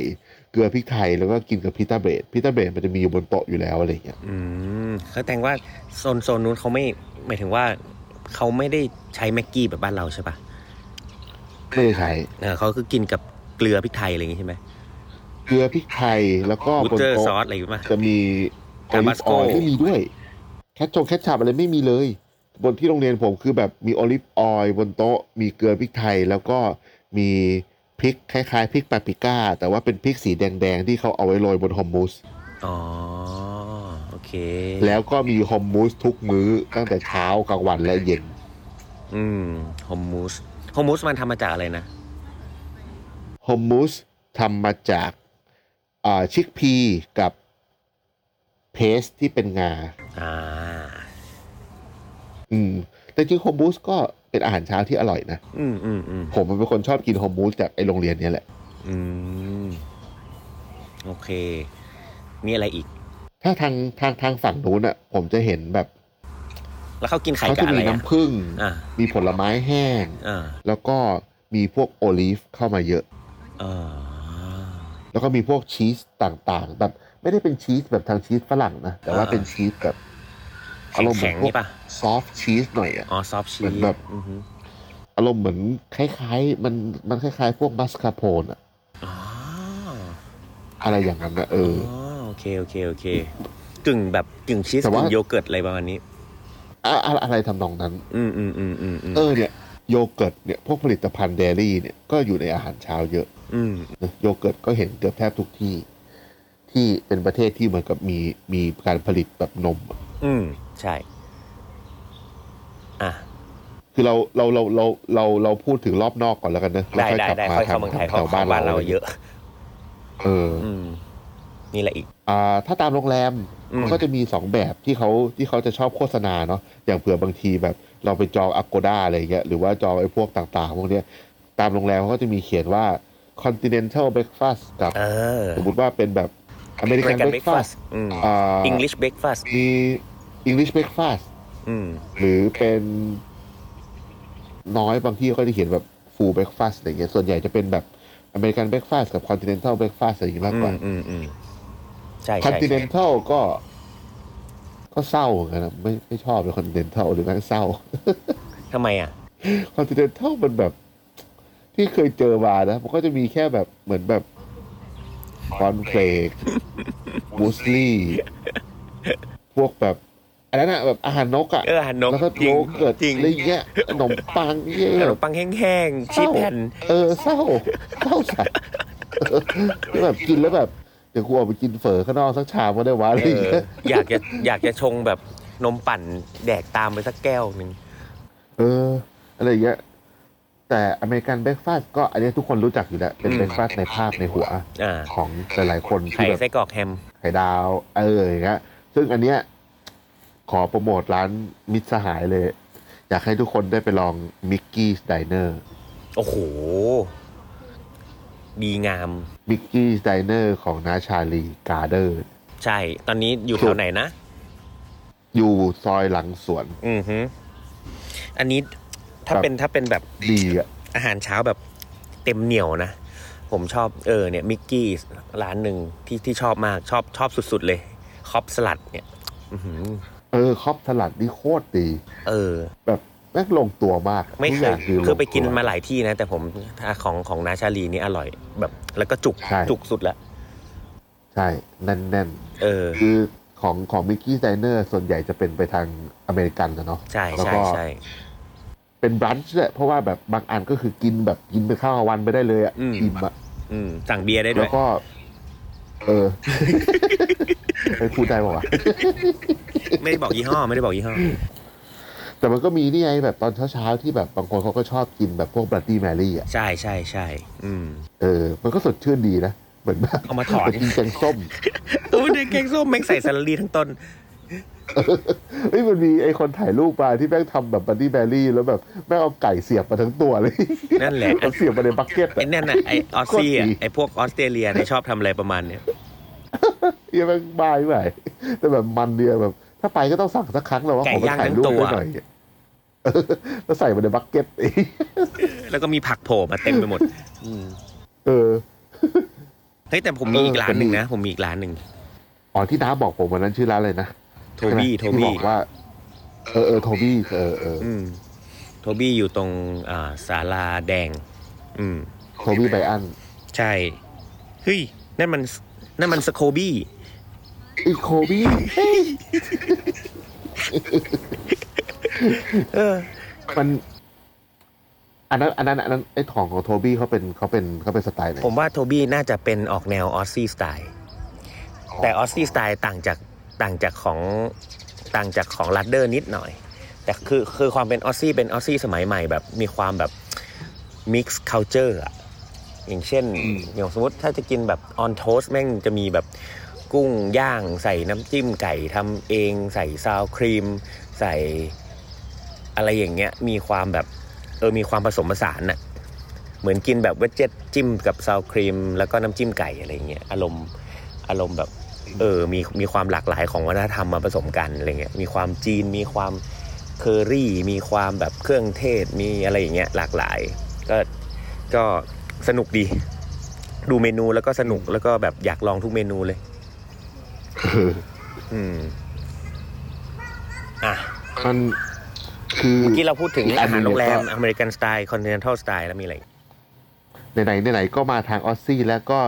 S2: เกลือพริกไทยแล้วก็กินกับพิตาเบรดพิตาเบรดมันจะมีอยู่บนโต๊ะอยู่แล้วอะไรอย่างเงี้ย
S4: อืมเขาแต่งว่าโซนโซนนู้นเขาไม่หมายถึงว่าเขาไม่ได้ใช้แม็กกี้แบบบ้านเราใช่ปะ
S2: ไม่ได้ใช้
S4: เออเขาคือกินกับเกลือพริกไทยอะไรอย่างงี้ใช่ไหม
S2: เกลือพริกไทยแล้วก็
S4: บู
S2: บน
S4: เจอร์
S2: โต๊ะ
S4: ซอสอะไรอยู่ปะ
S2: จะมีโอลิฟ
S4: Tabasco
S2: ออยล์ไม่มีด้วย แคทชงแคทชับอะไรไม่มีเลย บนที่โรงเรียนผมคือแบบมีโอลิฟออยล์บนโต๊ะ มีเกลือพริกไทย แล้วก็มีพริกคล้ายๆพริกปาปริก้า แต่ว่าเป็นพริกสีแดงๆ ที่เขาเอาไว้โรยบนฮอมมูส
S4: อ๋อ โอเค
S2: แล้วก็มีฮอมมูสทุกมื้อตั้งแต่เช้ากลางวันและเย็น
S4: อืมโฮมมูสโฮมมูสมันทำมาจากอะไรนะ
S2: ฮอมมูสทำมาจากอ่าชิกพีกับเพสที่เป็นงา
S4: อ่า
S2: อืม แต่จริงฮอมมูสก็เป็นอาหารเช้าที่อร่อยนะ
S4: อืมอืมอืม
S2: ผมเป็นคนชอบกินโฮมมูสจากไอโรงเรียนเนี้แหละ
S4: อืม โอเค มีอะไรอีก
S2: ถ้าทางทางทางฝั่งนู้นอะผมจะเห็นแบบ
S4: แล้วเขากินไข่
S2: เขา
S4: กับ
S2: จะ
S4: อะ
S2: มี
S4: ไรอ่ะ
S2: น้ำผึ้ง
S4: อ่า
S2: มีผลไม้แห้ง
S4: อ่า
S2: แล้วก็มีพวกโอลีฟเข้ามาเยอะ
S4: อ่า
S2: แล้วก็มีพวกชีสต่างๆ แบบไม่ได้เป็นชีสแบบทางชีสฝรั่งนะ แต่ว่าเป็นชีสแบบอาร
S4: แข็ง
S2: มณ์เหมื
S4: แข็
S2: อง นพ
S4: ๆ
S2: วก
S4: นี่ปะ
S2: ซอฟต์ชีสหน่อยอะ
S4: อ๋อ ซอฟชี
S2: เหมือนแบบ
S4: อือฮึ
S2: อารมณ์เหมือนคล้ายๆ มันมันคล้ายๆ พวกมัสคาโพนอะ
S4: อ๋อ
S2: อะไรอย่างนั้นนะเอ
S4: อ๋อ
S2: อ
S4: โอ เคโอเคโอเคกึ่งแบบกึ่งชีส
S2: แต่ว่า
S4: กึ่งโยเกิร์ตอะไรประมาณนี้
S2: อะอะอะไรทำนองนั้น
S4: อืมอืมอืมอืมอืม
S2: เออเนี่ยโยเกิร์ตเนี่ยพวกผลิตภัณฑ์เดลี่เนี่ยก็อยู่ในอาหารเช้าเยอะ
S4: อืม
S2: นะโยเกิร์ตก็เห็นเกือบแทบทุกที่ ที่เป็นประเทศที่เหมือนกับมีมีการผลิตแบบนมอะ
S4: อืมใช่ อ่ะ
S2: คือเราเราเราเราเราเราพูดถึงรอบนอกก่อนแล้วกันนะ
S4: ได้
S2: แล้ว
S4: ได้
S2: ค่อยกลับมา
S4: ได้ค่อยเข้า
S2: ทาง
S4: เมืองไทยเพ
S2: แถ
S4: ราะ
S2: ว
S4: บ้า
S2: บ้าน น
S4: เรา
S2: เรา
S4: เยอะ
S2: เออ
S4: อืมนี่แหละอีก
S2: อ่าถ้าตามโรงแรม
S4: อืม
S2: มันก็จะมีสองแบบที่เขาที่เขาจะชอบโฆษณาเนาะอย่างเผื่อบางทีแบบเราไปจองอ g o d a อะไรเงี้ยหรือว่าจองไอ้พวกต่างๆ พวกเนี้ยตามโรงแรมเขาก็จะมีเขียนว่า continental breakfast กับ
S4: เออ
S2: สมมติว่าเป็นแบบ American
S4: American
S2: breakfast
S4: breakfast อืม
S2: อ่า
S4: English breakfast
S2: มี English breakfast
S4: อืม
S2: หรือเป็นน้อยบางที่ก็จะเขียนแบบ full breakfast อะไรเงี้ยส่วนใหญ่จะเป็นแบบ American breakfast กับ continental breakfast อะไรอย่างงี้มาก
S4: อื
S2: กว่า
S4: มอืมอืมใช่
S2: คอน
S4: ใช่
S2: ติเน
S4: ใช่
S2: นทัลก็ ก็เศร้าเหมือนกันนะไม่ไม่ชอบเลยคอนติเนนทัลหรือแม่งเศร้า
S4: ทำไมอ่ะ
S2: คอนติเนนทัลมันแบบ ที่เคยเจอมานะ มันก็จะมีแค่แบบเหมือนแบบคอนเฟลก มูสลี่ พวกแบบอันนั้นอะแบบอาหารนกอะ
S4: เอออาหารนก
S2: แล้วก็
S4: จริ
S2: โย
S4: ง
S2: เกิร์ต
S4: จริง
S2: อะไรเงี้ยขนมปังเงี้ย
S4: ขนมปังแห้งๆชีสแผ่น
S2: เออเศร้าเศร้าสัตว์แล้วแบบกินแล้วแบบเดี๋ยวกูออกไปกินเฝอข้างนอกสักชามก็ได้วะอะไร
S4: เออ
S2: เงี้ย
S4: อยากจะอยากจะชงแบบนมปั่นแดกตามไปสักแก้วหนึ่ง
S2: เออ อะไรอย่างเงี้ยแต่อเมริกันเบรกฟาสก็อันเนี้ยทุกคนรู้จักอยู่แล้ว เป็น
S4: อืม
S2: เบรกฟาสในภาพในหัว
S4: อ่า
S2: ของหลายๆคน
S4: ไข่
S2: ที่แบบ
S4: ไส้กรอกแฮม
S2: ไข่ดาว เอออย่างเงี้ยซึ่งอันเนี้ยขอโปรโมทร้านมิตรสหายเลย อยากให้ทุกคนได้ไปลองมิกกี้สไดเนอร์
S4: โอ้โห ดีงาม
S2: มิกกี้สไดเนอร์ของน้าชาลีการ์เดอร์
S4: ใช่ ตอนนี้อยู่
S2: ถู
S4: แถ
S2: ก
S4: วไหนนะ
S2: อยู่ซอยหลังสวน
S4: อือฮึอันนี้ถ้า
S2: ครับ
S4: เป็นถ้าเป็นแบบ
S2: ดีอ่ะ
S4: อาหารเช้าแบบเต็มเหนียวนะ ผมชอบเออเนี่ยมิกกี้ร้านหนึ่งที่ที่ชอบมากชอบชอบสุด ๆ เลย คอปสลัดเนี่ย อือหือ
S2: เออครอบสลัดนี่โคตรดี
S4: เออ
S2: แบบแม่งลงตัวมาก
S4: ไม่
S2: ทุก
S4: เค
S2: อย ย่างอลง
S4: เคยไปกิน
S2: ตัว
S4: มาหลายที่นะ แต่ผมของของนาชาลีนี่อร่อยแบบ แล้วก็จุก
S2: ใช่
S4: จุกสุดละ
S2: ใช่แน่นๆ
S4: เออ
S2: คือของของมิกกี้ไดเนอร์ส่วนใหญ่จะเป็นไปทางอเมริกันนะเนาะ
S4: ใช่
S2: แล้ว
S4: ใช่
S2: ก็
S4: ใช่
S2: เป็นบรันช์แหละเพราะว่าแบบบางอันก็คือกินแบบกินเป็นข้าวกลางวันไปได้เลยอะอิ่มอะ
S4: อืมสั่งเบียร์ได้ด้
S2: แล้ว วย ก็ เออ ไปพูดได้ป่าวะ
S4: ไม่ได้บอกยี่ห้อ ไม่ได้บอกยี่ห้อ
S2: แต่มันก็มีนี่ไงแบบตอนเช้าๆ ที่แบบบางคนเขาก็ชอบกินแบบพวกบรัตตี้แมรี่อ่ะ
S4: ใช่ใช่ใช่อืม
S2: เออมันก็สดชื่นดีนะ เหมือนแบบ
S4: เอามาถอน
S2: ไปกินแกงส้ม
S4: ตัวเด็กแกงส้มแม่งใส่สาลีทั้งต้น
S2: เอ้ยมันมีไอคนถ่ายรูปมาที่แม่งทำแบบบัตตี้แมรี่แล้วแบบแม่งเอาไก่เสียบมาทั้งตัวเลย
S4: นั่นแหละ
S2: มันเสียบมาในบักเก็ตอะ
S4: ไอ้นั่นน่ะไอออสซี่อ่ะ
S2: โคตรดี
S4: ไอพวกออสเตรเลียเนี่ยชอบทำอะไรประมาณเนี้ย
S2: เหี้ยังไม่บายไม่ไหวแต่แบบมันเดียวแบบ ถ้าไปก็ต้องสั่งสักครั้งแล้วว่า
S4: ไก่
S2: ขอไป
S4: ย่าง
S2: ถ่าย
S4: ทั้ง
S2: รูป
S4: ตัว
S2: ได้หน่อย เออแล้วใส่มาในบักเก็ต อีก
S4: แล้วก็มีผักโผล่มาเต็มไปหมด
S2: เออ
S4: เฮ้ยแต่ผมมีอีก
S2: เออ
S4: ร้านหนึ่งนะ ผมมีอีกร้านหนึ่ง
S2: อ๋อที่น้าบอกผมวันนั้นชื่อร้านอะไรนะ
S4: โทบี้
S2: ใช่
S4: โท
S2: ไหมที่
S4: บี้
S2: บอกว่า เออเออโทบี้เออเออ
S4: อืมโทบี้อยู่ตรงอ่าศาลาแดง อืม
S2: โทบี้ไบอัน
S4: ใช่ เฮ้ย นั่นมันนั่นมันสโคบี้
S2: อีโคบี้
S4: เออ
S2: มันอันนั้นอันนั้นอันนั้นไอ้ของของโทบี้เขาเป็นเขาเป็นเขาเป็นสไตล์ไหน
S4: ผมว่าโทบี้น่าจะเป็นออกแนวออสซี่สไตล์ แต่ออสซี่สไตล์ต่างจากต่างจากของต่างจากของลัดเดอร์นิดหน่อย แต่คือคือความเป็นออสซี่เป็นออสซี่สมัยใหม่แบบมีความแบบมิกซ์คัลเจอร์อะอย่างเช่นอย่างสมมติถ้าจะกินแบบออนโทสแม่งจะมีแบบกุ้งย่างใส่น้ำจิ้มไก่ทำเองใส่ซาวครีม ใส่อะไรอย่างเงี้ยมีความแบบเออมีความผสมผสานน่ะ เหมือนกินแบบเวจเจ็ตจิ้มกับซาวครีม แล้วก็น้ำจิ้มไก่อะไรเงี้ยอารมณ์อารมณ์แบบ เออมีมีความหลากหลายของวัฒนธรรมมาผสมกันอะไรเงี้ยมีความจีนมีความเคอรี่มีความแบบเครื่องเทศมีอะไรอย่างเงี้ยหลากหลาย ก็ก็สนุกดี ดูเมนูแล้วก็สนุกแล้วก็แบบอยากลองทุกเมนูเลย
S2: เออ
S4: อืมอ่ะ
S2: มันคือ
S4: เมื่อกี้เราพูดถึง
S2: ก
S4: อาหารโรงแรม
S2: ก็
S4: อเมริกันสไตล์คอนติเนนทัลสไตล์แล้วมีอะไรอีก
S2: ไหนๆไหนๆก็มาทางออสซี่แล้วก็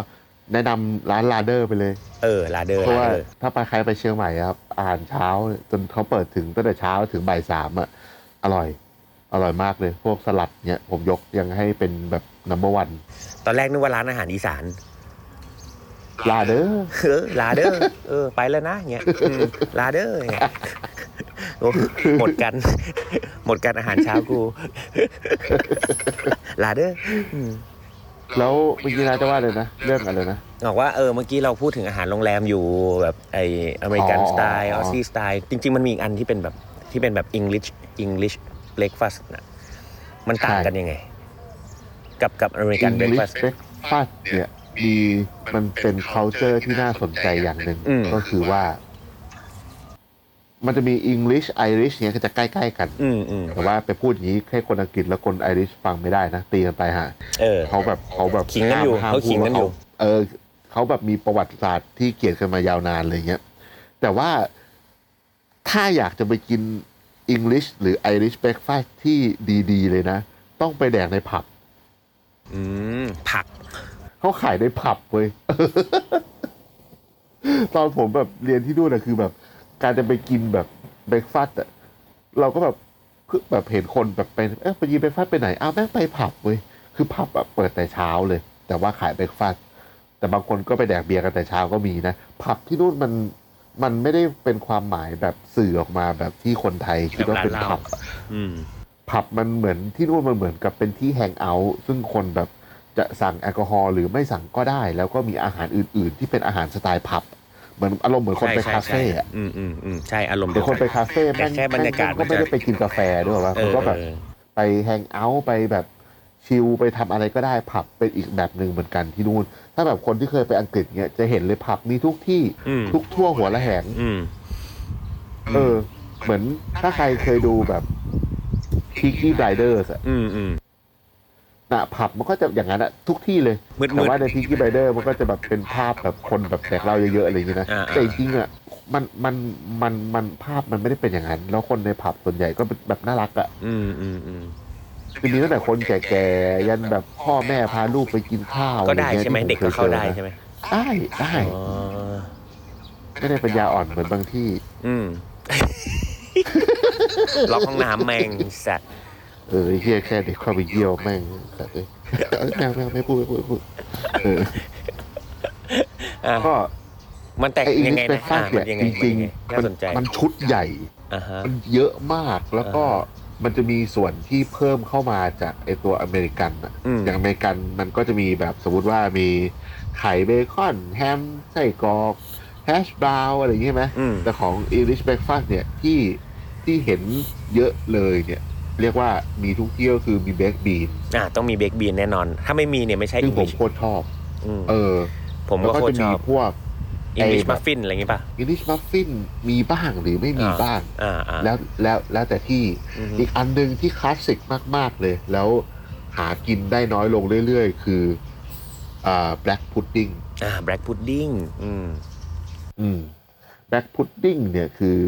S2: แนะนำร้านลาเดอร์ไปเลย
S4: เออลาเดอร์
S2: เพราะ
S4: ลา
S2: ว่า
S4: เดอร์
S2: ถ้าไปใครไปเชียงใหม่อะครับอาหารเช้าจนเขาเปิดถึงตั้งแต่เช้าถึงบ่ายสามอ่ะอร่อย อร่อยมากเลย พวกสลัดเนี่ยผมยกยังให้เป็นแบบนัมเบอร์วัน
S4: ตอนแรกนึกว่าร้านอาหารอีสาน
S2: ลาเดอร์
S4: เออลาเดอร์เออไปแล้วนะเงี้ยอืมลาเดอร์เงี้ยโอ้หมดกัน หมดกันอาหารเช้ากูลาเดอร์อืม
S2: แล้วเมื่อกี้นายจะว่าเลยนะ เรื่องอะไรนะ
S4: บอกว่าเออเมื่อกี้เราพูดถึงอาหารโรงแรมอยู่แบบไออเมริกัน
S2: อ๋อ
S4: สไตล์
S2: อ๋
S4: อ
S2: อ
S4: อสซี่สไตล์จริง ๆ มันมีอีกอันที่เป็นแบบที่เป็นแบบอังกฤษอังกฤษเบรคฟาสต์นะมันต่างกันยังไง กับกับอเมริกันเบรคฟาส
S2: English
S4: ต์
S2: breakfast เนี่ยมีมันเป็น culture ที่น่าสนใจอย่างหนึ่ง
S4: อืม
S2: ก็คือว่า มันจะมี English Irish เนี่ยก็จะใกล้ ๆ กัน
S4: อืมอืม
S2: แต่ว่าไปพูดอย่างนี้ให้คนอังกฤษและคนไอริชฟังไม่ได้นะ ตีกันไปฮะ
S4: เออ
S2: เขาแบบเขาแบบ
S4: ขิงกันอยู่
S2: ห้ม
S4: เขาขิงกันอ
S2: พู
S4: ยู่
S2: ดว่าเขาเออเขาแบบมีประวัติศาสตร์ที่เกลียดกันมายาวนานอะไรเงี้ยแต่ว่าถ้าอยากจะไปกิน English หรือ Irish breakfast ที่ดีๆ เลยนะ ต้องไปแดกในผับ
S4: อืมผัก
S2: เขาขายในผับเว้ย ตอนผมแบบเรียนที่นู่นนะคือแบบ การจะไปกินแบบเบรกฟาสต์อะเราก็แบบคือแบบเห็นคนแบบไปเอ๊ะไปกินเบรกฟาสต์ไปไหนอ้าวแม่งไปผับเว้ยคือผับอะเปิดแต่เช้าเลย แต่ว่าขายเบรกฟาสต์แต่บางคนก็ไปแดกเบียร์กันแต่เช้าก็มีนะ ผับที่นู่นมันมันไม่ได้เป็นความหมายแบบสื่อออกมาแบบที่คนไทยคิดว่าเป็นผับ
S4: อืม
S2: ผับมันเหมือนที่นู่นมันเหมือนกับเป็นที่แฮงเอาท์ซึ่งคนแบบจะสั่งแอลกอฮอล์หรือไม่สั่งก็ได้ แล้วก็มีอาหารอื่น ๆ ที่เป็นอาหารสไตล์ผับเหมือนอารมณ์เหมือนคนไปคาเฟ่อะ
S4: อืมอืมอืมใช่อารมณ์
S2: แต่
S4: เดีย
S2: ค
S4: วกัน น
S2: ไปคาเฟ่แม่ง
S4: แต่แค่บรรยากาศ
S2: แม่งก็ไม่ได้
S4: มันจะ
S2: ไปกินกาแฟด้วยหรอวะ
S4: เอ
S2: มัน
S4: อ
S2: ก็แบบ
S4: เออ
S2: ไปแฮงเอาท์ไปแบบชิลไปทำอะไรก็ได้ผับเป็นอีกแบบหนึ่งเหมือนกันที่นู่น ถ้าแบบคนที่เคยไปอังกฤษเนี่ยจะเห็นเลยผับมีทุกที่
S4: อืม
S2: ทุกทั่วหัวละแหง
S4: อืม
S2: เออ เหมือนถ้าใครเคยดูแบบพิกกี้ไบเดอร์ส
S4: อืมอืม
S2: นะผับมันก็จะอย่างนั้นอะทุกที่เลย
S4: มืดๆ
S2: แต่ว่าในพิกกี้ไบเดอร์มันก็จะแบบเป็นภาพแบบคนแบบแตกเหล่าเยอะๆอะไรอย่างนี้นะ
S4: อ่าๆ
S2: แต่จริงๆอะมันมันมันมันภาพมันไม่ได้เป็นอย่างนั้น แล้วคนในผับส่วนใหญ่ก็เป็นแบบน่ารักอะ
S4: อืมอืมอืม
S2: จะมีตั้งแต่คนแก่ๆยันแบบพ่อแม่พาลูกไปกินข้าว
S4: ก็ได้
S2: อะรงี้ย
S4: ใช่ไหม
S2: ที่ผ
S4: เด็กก็เข้า
S2: คยจอ
S4: ได้
S2: นะ
S4: ใช่ไหม
S2: ได้ได้
S4: อ๋อ
S2: ไม่ได้ปัญญาอ่อนเหมือนบางที่
S4: อืมล็อกห้องน้ำแมงสัตว์
S2: เออไอ้เฮียแค่เด็กเข้าไปเยี่ยวแม่งแต่เอ้ย เอ้ยแมวแมวไม่พูดไม่พูดไม่พูดเออ
S4: อ่ะ
S2: ก็
S4: มันแตก
S2: ไอ้อิง
S4: ยั
S2: ลิส
S4: งไง
S2: เป
S4: นะ
S2: ค
S4: อ่ะ
S2: ฟาส
S4: มั
S2: เนี่ย
S4: นยังไง
S2: จ
S4: มัน
S2: ริง
S4: ยังไง
S2: ๆ
S4: น่า
S2: มัน
S4: สนใจ
S2: มันชุดใหญ่
S4: อ่าฮะ
S2: มันเยอะมากแล้วก็
S4: อ่
S2: มันจะมีส่วนที่เพิ่มเข้ามาจากไอตัวอเมริกันอะ
S4: อืม
S2: อย่างอเมริกันมันก็จะมีแบบสมมติว่ามีไข่เบคอน แฮมไส้กรอกแฮชบราวอะไรอย่างงี้ใช่ไหม
S4: อืม
S2: แต่ของ English breakfast เนี่ยที่ที่เห็นเยอะเลยเนี่ย เรียกว่ามีทุกที่ก็คือมีเบคบีน
S4: อ่ะต้องมีเบคบีนแน่นอน ถ้าไม่มีเนี่ยไม่ใช่
S2: ซึ่ง
S4: อิง
S2: ผ
S4: ลิ
S2: ม
S4: ช
S2: โคตรชอบ เอ
S4: เออ
S2: อ
S4: ผม
S2: แล้ว
S4: ก็
S2: ก็
S4: โคต
S2: จะ
S4: รช
S2: มี
S4: อบ
S2: พวก
S4: อิงลิช
S2: ไอ้แบบ
S4: มัฟฟินอะไรอย่างงี้ป่ะ
S2: English muffin มีบ้างหรือไม่มี
S4: อ่า
S2: บ้าง
S4: อ่าอ่า
S2: แล้วแล้วแล้วแต่ที่
S4: อือฮึ
S2: อีกอันหนึ่งที่คลาสสิกมาก ๆ เลย แล้วหากินได้น้อยลงเรื่อย ๆ คืออ่าแบล็กพุดดิ้ง
S4: อ่าแบล็กพุดดิ้งอืม
S2: อืมแบล็กพุดดิ้งเนี่ยคือ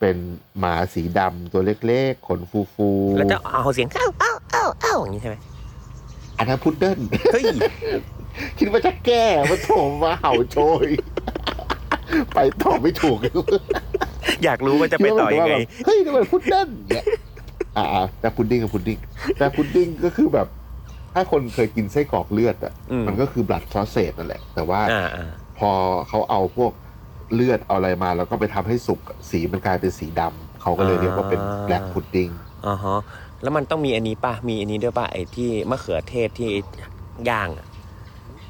S2: เป็นหมาสีดำตัวเล็ก ๆ ขนฟูๆ
S4: แล้วจะเอาเสียงเอ้าเอ้าเอ้าเอ้าอย่างนี้ใช่ไหม
S2: อันนั้นพุดเดิ้ล
S4: เฮ้ย
S2: คิดว่าจะแก้ มาโถมมาเห่าโชย ไปต่อไม่ถูก
S4: อยากรู้ว่าจะไปต่อยังไง
S2: คิดว่ามันแบบเฮ้ยนี่มันพุดเดิ้ลเนี่ยอ่าๆแต่พุดดิ้งกับพุดดิ้งแต่พุดดิ้งก็คือแบบ ถ้าคนเคยกินไส้กรอกเลือดอ่ะ
S4: อืม
S2: มันก็คือบลัดซอสเซจนั่นแหละ แต่ว่า
S4: อ่าอ่า
S2: พอเขาเอาพวกเลือดเอาอะไรมา แล้วก็ไปทำให้สุกอะสีมันกลายเป็นสีดำเขาก็เลยเรียกว่าเป็นแบล็กพุดดิ้ง
S4: อ่าฮะแล้วมันต้องมีอันนี้ป่ะ มีอันนี้ด้วยป่ะไอ้ที่มะเขือเทศที่ย่างอะ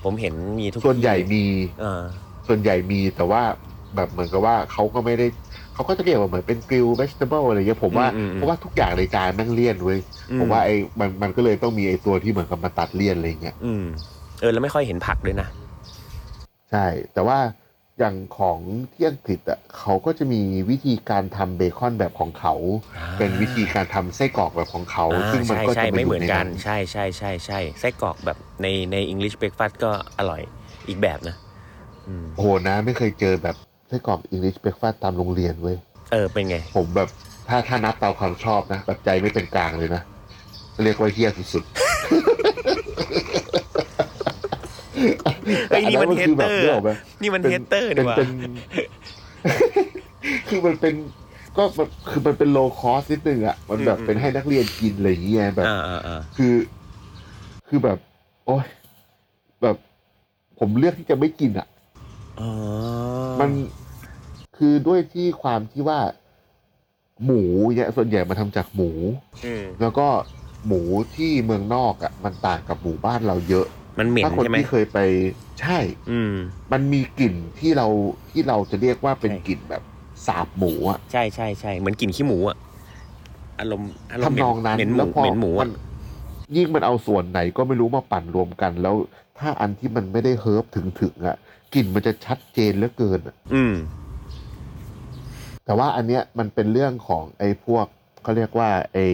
S4: ผมเห็นมีทุก
S2: ส่วนใหญ่มี
S4: เออ
S2: ส่วนใหญ่มีแต่ว่าแบบเหมือนกับว่าเขาก็ไม่ได้เขาก็จะเรียกว่าเหมือนเป็นกริลเวสเทเบิลอะไรเงี้ยผมว่าเพราะว่าทุกอย่างในจานแม่งเลี่ยนเว้ย
S4: อื
S2: ผมว่าไอ้มันมันก็เลยต้องมีไอ้ตัวที่เหมือนกับมาตัดเลี่ยนอะไรเงี้ย
S4: อืม เออ แล้วไม่ค่อยเห็นผักด้วยนะ
S2: ใช่ แต่ว่าอย่างของที่อังกฤษอ่ะเขาก็จะมีวิธีการทำเบคอนแบบของเขา
S4: อ่า
S2: เป็นวิธีการทำไส้กรอกแบบของเขา
S4: อ่า
S2: ซึ่งมัน
S4: ใช่
S2: ก็
S4: ใช่
S2: จะา
S4: ไม่
S2: ยู่
S4: เหมือนกัน
S2: ใ
S4: ใช่ใช่ใช่ใช่ไส้กรอกแบบในในอังกฤษเบรกฟาสต์ก็อร่อยอีกแบบนะอืม
S2: โอ้โหนะไม่เคยเจอแบบไส้กรอกอังกฤษเบรกฟาสตามโรงเรียนเว้ย
S4: เออเป็นไง
S2: ผมแบบถ้าถ้านับตามความชอบนะ แบบใจไม่เป็นกลางเลยนะ เรียกว่าเฮี้ยสุด
S4: เฮ้ยนี่มัน
S2: แต่
S4: เฮ
S2: อัคื
S4: เตอ
S2: นึก
S4: ร์
S2: กไหม
S4: นี่มัน
S2: ป็
S4: เฮเตอร์ดีกว่า
S2: เป็นคือมันเป็น ก็แบบคือมันเป็นโลคอสนิดนึงอ่ะ มันแบบ
S4: อืม
S2: เป็นให้นักเรียนกินอะไรอย่างเงี้ยแบบ
S4: อ่าอ่าอ่า
S2: คือ คือแบบ โอ้ยแบบ ผมเลือกที่จะไม่กินอ่ะ
S4: อ๋อ
S2: มันคือด้วยที่ความที่ว่า หมูเนี่ยส่วนใหญ่มันทำจากหมู
S4: อืม
S2: แล้วก็หมูที่เมืองนอกอ่ะ มันต่างกับหมูบ้านเราเยอะ
S4: มันเหม็น
S2: ถ้าคน
S4: ใช่ไหม
S2: ที่เคยไปใช่
S4: อืม
S2: มันมีกลิ่นที่เราที่เราจะเรียกว่าเป็น
S4: ใช่
S2: กลิ่นแบบสาบหมูอะ
S4: ใช่ใช่ใช่เหมือนกลิ่นขี้หมูอะอารมณ์อารมณ์
S2: ทำ
S4: เหม็
S2: น
S4: น
S2: องนั้น
S4: เหม็นห
S2: แล้ว
S4: มู
S2: พอ
S4: เหม็นหมู
S2: มั
S4: อะ
S2: นยิ่งมันเอาส่วนไหนก็ไม่รู้มาปั่นรวมกัน แล้วถ้าอันที่มันไม่ได้เฮิร์บถึงถึงๆอะกลิ่นมันจะชัดเจนเหลือเกินอะ
S4: อืม
S2: แต่ว่าอันเนี้ยมันเป็นเรื่องของไอ้พวกเขาเรียกว่าไอ้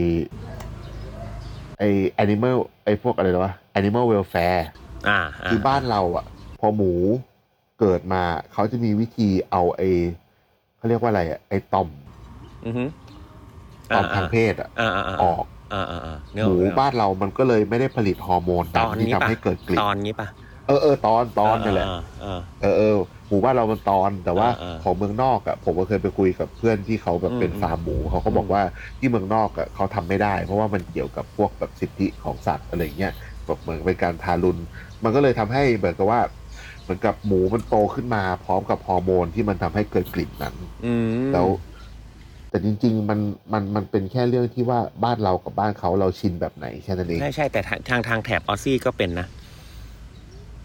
S2: ไอ้ animal ไอ้พวกอะไรนะวะ animal welfare
S4: อ่าอ่
S2: คือบ้านเราอะพอหมูเกิดมาเขาจะมีวิธีเอาไอ้เขาเรียกว่าอะไรอะไอ้ต่อม
S4: อือฮึ
S2: ตอนทางเพศอะ
S4: อ่าอ่าอ่า
S2: ออก
S4: อ่าอ่าอ่าเนื้
S2: หมู
S4: เนื้
S2: บ้านเรามันก็เลยไม่ได้ผลิตฮอร์โมน
S4: ต
S2: ตา
S4: อ
S2: ม
S4: น
S2: ที่
S4: นี้
S2: ทำ
S4: ปะ
S2: ให้เกิดกลิ่น
S4: ตอนนี้ปะ
S2: เออเออตอนตอนนั่นแหละ
S4: าอ่า
S2: เออเออหมูบ้านเรามันตอนแต่ว่า
S4: อ่าอ่า
S2: ของเมืองนอกอะผมก็เคยไปคุยกับเพื่อนที่เขาแบบเป็น
S4: อืม
S2: ฟาร์มหมูเขาก็บอกว่าที่เมืองนอกอะเขาทำไม่ได้ เพราะว่ามันเกี่ยวกับพวกแบบสิทธิของสัตว์อะไรเงี้ยแบบเหมือนเป็นการทารุณมันก็เลยทำให้เหมือนกับว่าเหมือนกับหมูมันโตขึ้นมา พร้อมกับฮอร์โมนที่มันทำให้เกิดกลิ่นนั้น
S4: อืม
S2: แล้วแต่จริง ๆ มันมันมันเป็นแค่เรื่องที่ว่าบ้านเรากับบ้านเขาเราชินแบบไหนแค่นั้นเอง
S4: ใช่ใช่แต่ทางทางทางแถบออสซี่ก็เป็นนะ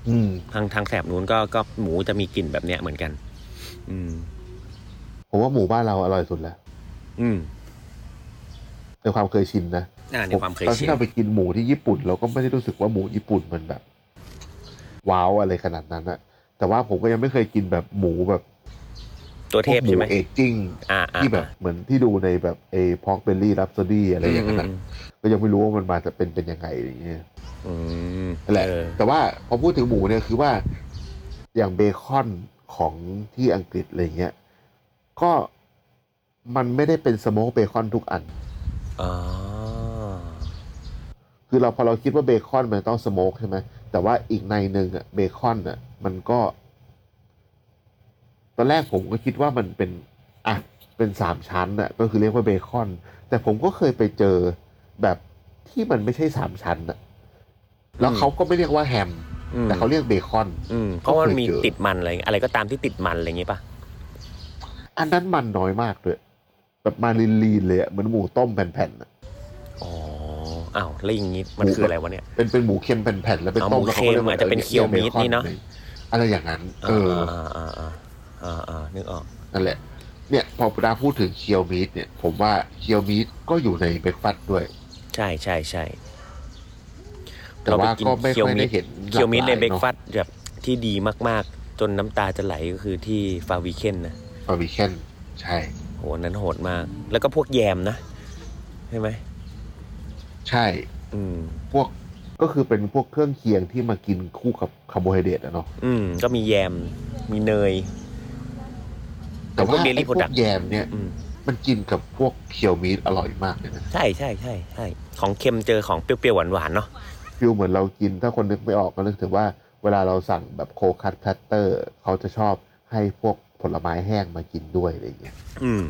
S2: อืม
S4: ทางทางแถบนู้นก็ก็หมูจะมีกลิ่นแบบเนี้ยเหมือนกัน อืม
S2: ผมว่าหมูบ้านเราอร่อยสุดแล้ว
S4: อืม
S2: ในความเคยชินนะ
S4: อ่าในความเคย
S2: ตอน
S4: ชิ
S2: ที่
S4: น
S2: เราไปกินหมูที่ญี่ปุ่น เราก็ไม่ได้รู้สึกว่าหมูญี่ปุ่นมันแบบ ว้าวอะไรขนาดนั้นอะแต่ว่าผมก็ยังไม่เคยกินแบบหมูแบบ
S4: ตัวเทพ
S2: พวกห
S4: ใช่
S2: มู
S4: ไหม
S2: เอจจิ้ง
S4: อ่าอ่า
S2: ที่แบบเหมือนที่ดูในแบบเอพอกเบลลี่รับซดี้อะไรอย่างนั้น
S4: อื
S2: อะ
S4: ม
S2: ก็ยังไม่รู้ว่ามันมาจะเป็นเป็นยังไงอย่างเงี้ย
S4: อืม
S2: นั่นแหละ
S4: เออ
S2: แต่ว่าพอพูดถึงหมูเนี่ยคือว่าอย่างเบคอนของที่อังกฤษอะไรเงี้ยก็มันไม่ได้เป็นสโมกเบคอนทุกอัน
S4: อ๋อ
S2: คือเราพอเราคิดว่าเบคอนมันต้องสโมกใช่ไหมแต่ว่าอีกในหนึ่งอะเบคอนอะมันก็ ตอนแรกผมก็คิดว่ามันเป็นอ่ะเป็นสามชั้นอะก็คือเรียกว่าเบคอน แต่ผมก็เคยไปเจอแบบที่มันไม่ใช่สามชั้นอะแล้วเขาก็ไม่เรียกว่าแฮม
S4: อืม
S2: แต่เขาเรียกเบคอน
S4: อืมเพราะว่ามันมี
S2: ก็เคยเจอ
S4: ติดมันอะไรอย่างเงี้ยอะไรก็ตามที่ติดมันอะไรอย่างงี้ป่ะ
S2: อันนั้นมันน้อยมากเลยแบบมาลีนๆเลยอะเหมือนหมูต้มแผ่นๆอะ
S4: อ๋อ อ้าว แล้วอย่างงี้มัน
S2: หมู
S4: คืออะไรวะเนี่ย
S2: เป็นเป็นหมูเค็มแผ่นๆแล้วเป็น
S4: อ๋อ
S2: ต้
S4: ห
S2: ม
S4: มู
S2: แล้ว
S4: เค็
S2: เขาก็รีย
S4: ม
S2: กว่า
S4: อาจจะเป็นเคี่ยวมีดนี่เนอะ
S2: อะไรอย่างนั้น เออ
S4: อ่าอ่าอ่าอ่าอ่านึกออก
S2: นั่นแหละ เนี่ย พอดาพูดถึงเคี่ยวมีดเนี่ย ผมว่าเคี่ยวมีดก็อยู่ในเบรกฟาสต์ด้วย
S4: ใช่ใช่ใช่
S2: แต่ว่าก็ไม่
S4: เคี่ยว
S2: ค่อย
S4: มิ
S2: ได้
S4: ตร
S2: เห็นหลากหลาย
S4: เคียวมิตรในเบรก
S2: อะ
S4: ฟาสต์แบบที่ดีมาก ๆ จนน้ำตาจะไหลก็คือที่ฟาวิเคนนะ
S2: บาร์บีเคนใช่
S4: โหอันนั้นโหดมาก แล้วก็พวกแยมนะ ใช่ไหม
S2: ใช่
S4: อืม
S2: พวกก็คือเป็นพวกเครื่องเคียงที่มากินคู่กับคาร์โบไฮเดรตอะเนาะ
S4: อืม ก็มีแยม มีเนย
S2: แต่ว่า
S4: เป็นพวก dairy
S2: ไอ้พว
S4: product
S2: กแยมเนี่ย
S4: อืม
S2: มันกินกับพวกเคี่ยวมีดอร่อยมากเลยนะ
S4: ใช่ใช่ใช่ใช่ ของเค็มเจอของเปรี้ยวๆหวานๆเนาะ
S2: ฟิลเหมือนเรากินถ้าคนนึกไม่ออกก็นึกถึงว่าเวลาเราสั่งแบบโคคัตแพลตเตอร์ เขาจะชอบให้พวกผลไม้แห้งมากินด้วยอะไรอย่างเงี้ย
S4: อืม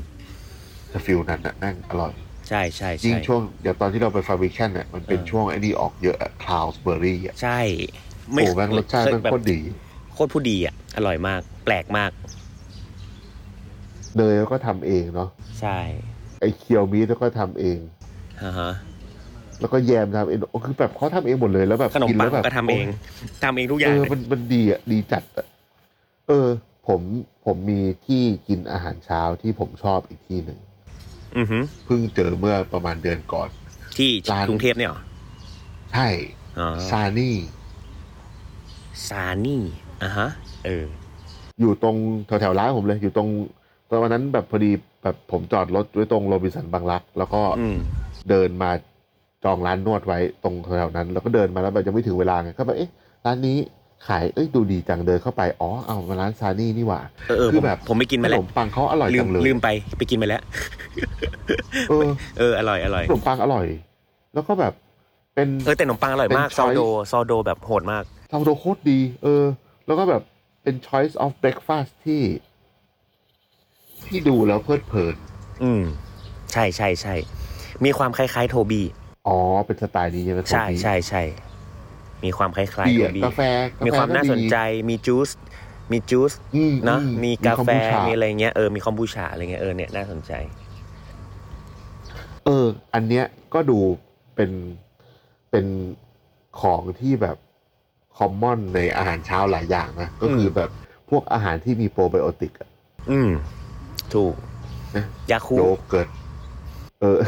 S2: แต่ฟิลนั้นน่ะแม่งอร่อย
S4: ใช่ใช่
S2: ยิ่ง
S4: ใช่
S2: ช่วงอย่างตอนที่เราไปฟาร์มิชันเนี่ยมันเป็น
S4: เออ
S2: ช่วงไอ้นี่ออกเยอะอะคลาวส์เบอร์รี่อะ
S4: ใช่ ไม่
S2: โอ้แม่งรสชาติแม่ง
S4: แบบ
S2: โคตรดี
S4: โคตรผู้ดีอ่ะ อร่อยมาก แปลกมาก
S2: เนยก็ทำเองเนาะ
S4: ใช่
S2: ไอ้เคียวมีดก็ทำเอง
S4: ฮะฮะ
S2: แล้วก็แยมทำเองโอ้คือแบบเขาทำเองหมดเลยแล้วแบบ
S4: ขนม
S2: กิน
S4: ปั
S2: แล้
S4: ง
S2: วแบบ
S4: ก็ทำเองทำเองทุกอ
S2: เอย่างอ
S4: เลย
S2: มันมันดีอะดีจัดอะเออ ผมผมมีที่กินอาหารเช้าที่ผมชอบอีกที่หนึ่ง
S4: อือหือ
S2: เพิ่งเจอเมื่อประมาณเดือนก่อน
S4: ที่
S2: ร้าน
S4: กรุงเทพเนี่ยเหรอ
S2: ใช่
S4: อ๋อ
S2: ซานี่
S4: ซานี่อ่ะฮะ เออ
S2: อยู่ตรงแถวๆร้านผมเลย อยู่ตรงตอนวันนั้นแบบพอดีแบบผมจอดรถไว้ตรงโรบินสันบางรัก แล้วก็
S4: อืม
S2: เดินมาจองร้านนวดไว้ตรงแถวๆนั้น แล้วก็เดินมาแล้วแบบยังไม่ถึงเวลาไงก็แบบเอ๊ะร้านนี้ขายเอ้ยดูดีจังเดินเข้าไปอ๋อเอามาร้านซานี่นี่หว่า
S4: เออเออ
S2: คือ
S4: ผม
S2: แบบ
S4: ผมไปกิน
S2: ข
S4: มาแล้
S2: น
S4: ว
S2: มปังเขาอร่อย
S4: ลื
S2: จั
S4: ม
S2: งเลย
S4: ลืมไปไปกินมาแล้ว
S2: เออ
S4: เออ อร่อย อร่อย
S2: ขนมปังอร่อย แล้วก็แบบเป็น
S4: เออแต่ขนมปังอร่อยมาก
S2: เป็น
S4: ซอ
S2: choice
S4: โด ซอโดแบบโหดมาก
S2: ซาโดโคตรดี เออ แล้วก็แบบเป็น choice of breakfast ที่ ที่ดูแล้วเพลิดเพลิน
S4: อืม ใช่ใช่ใช่มีความคล้ายๆ โทบี
S2: อ๋อ เป็นสไตล์นี้ใช่ไหม
S4: ใช่
S2: ของพี่
S4: ใช่ใช่มีความคล้ายๆ
S2: เบี
S4: โท
S2: ยร์
S4: บี
S2: กาแฟก
S4: มี
S2: แฟ
S4: ความน่า
S2: ก็ดี
S4: สนใจมีจูสมีจูส
S2: อืม
S4: เนอะ
S2: อื
S4: มีกาแฟ
S2: คอบูช
S4: มีอะไรเงี้ยเออมีคอมบูชาอะไรเงี้ยเออเนี่ยน่าสนใจ
S2: เออ อันเนี้ยก็ดูเป็นเป็นของที่แบบคอมมอนในอาหารเช้าหลายอย่างนะ ก็คือแบบพวกอาหารที่มีโปรไบโอติกอะ
S4: อืม ถูก
S2: นะ
S4: ยาคู
S2: โยเกิร์ตเออ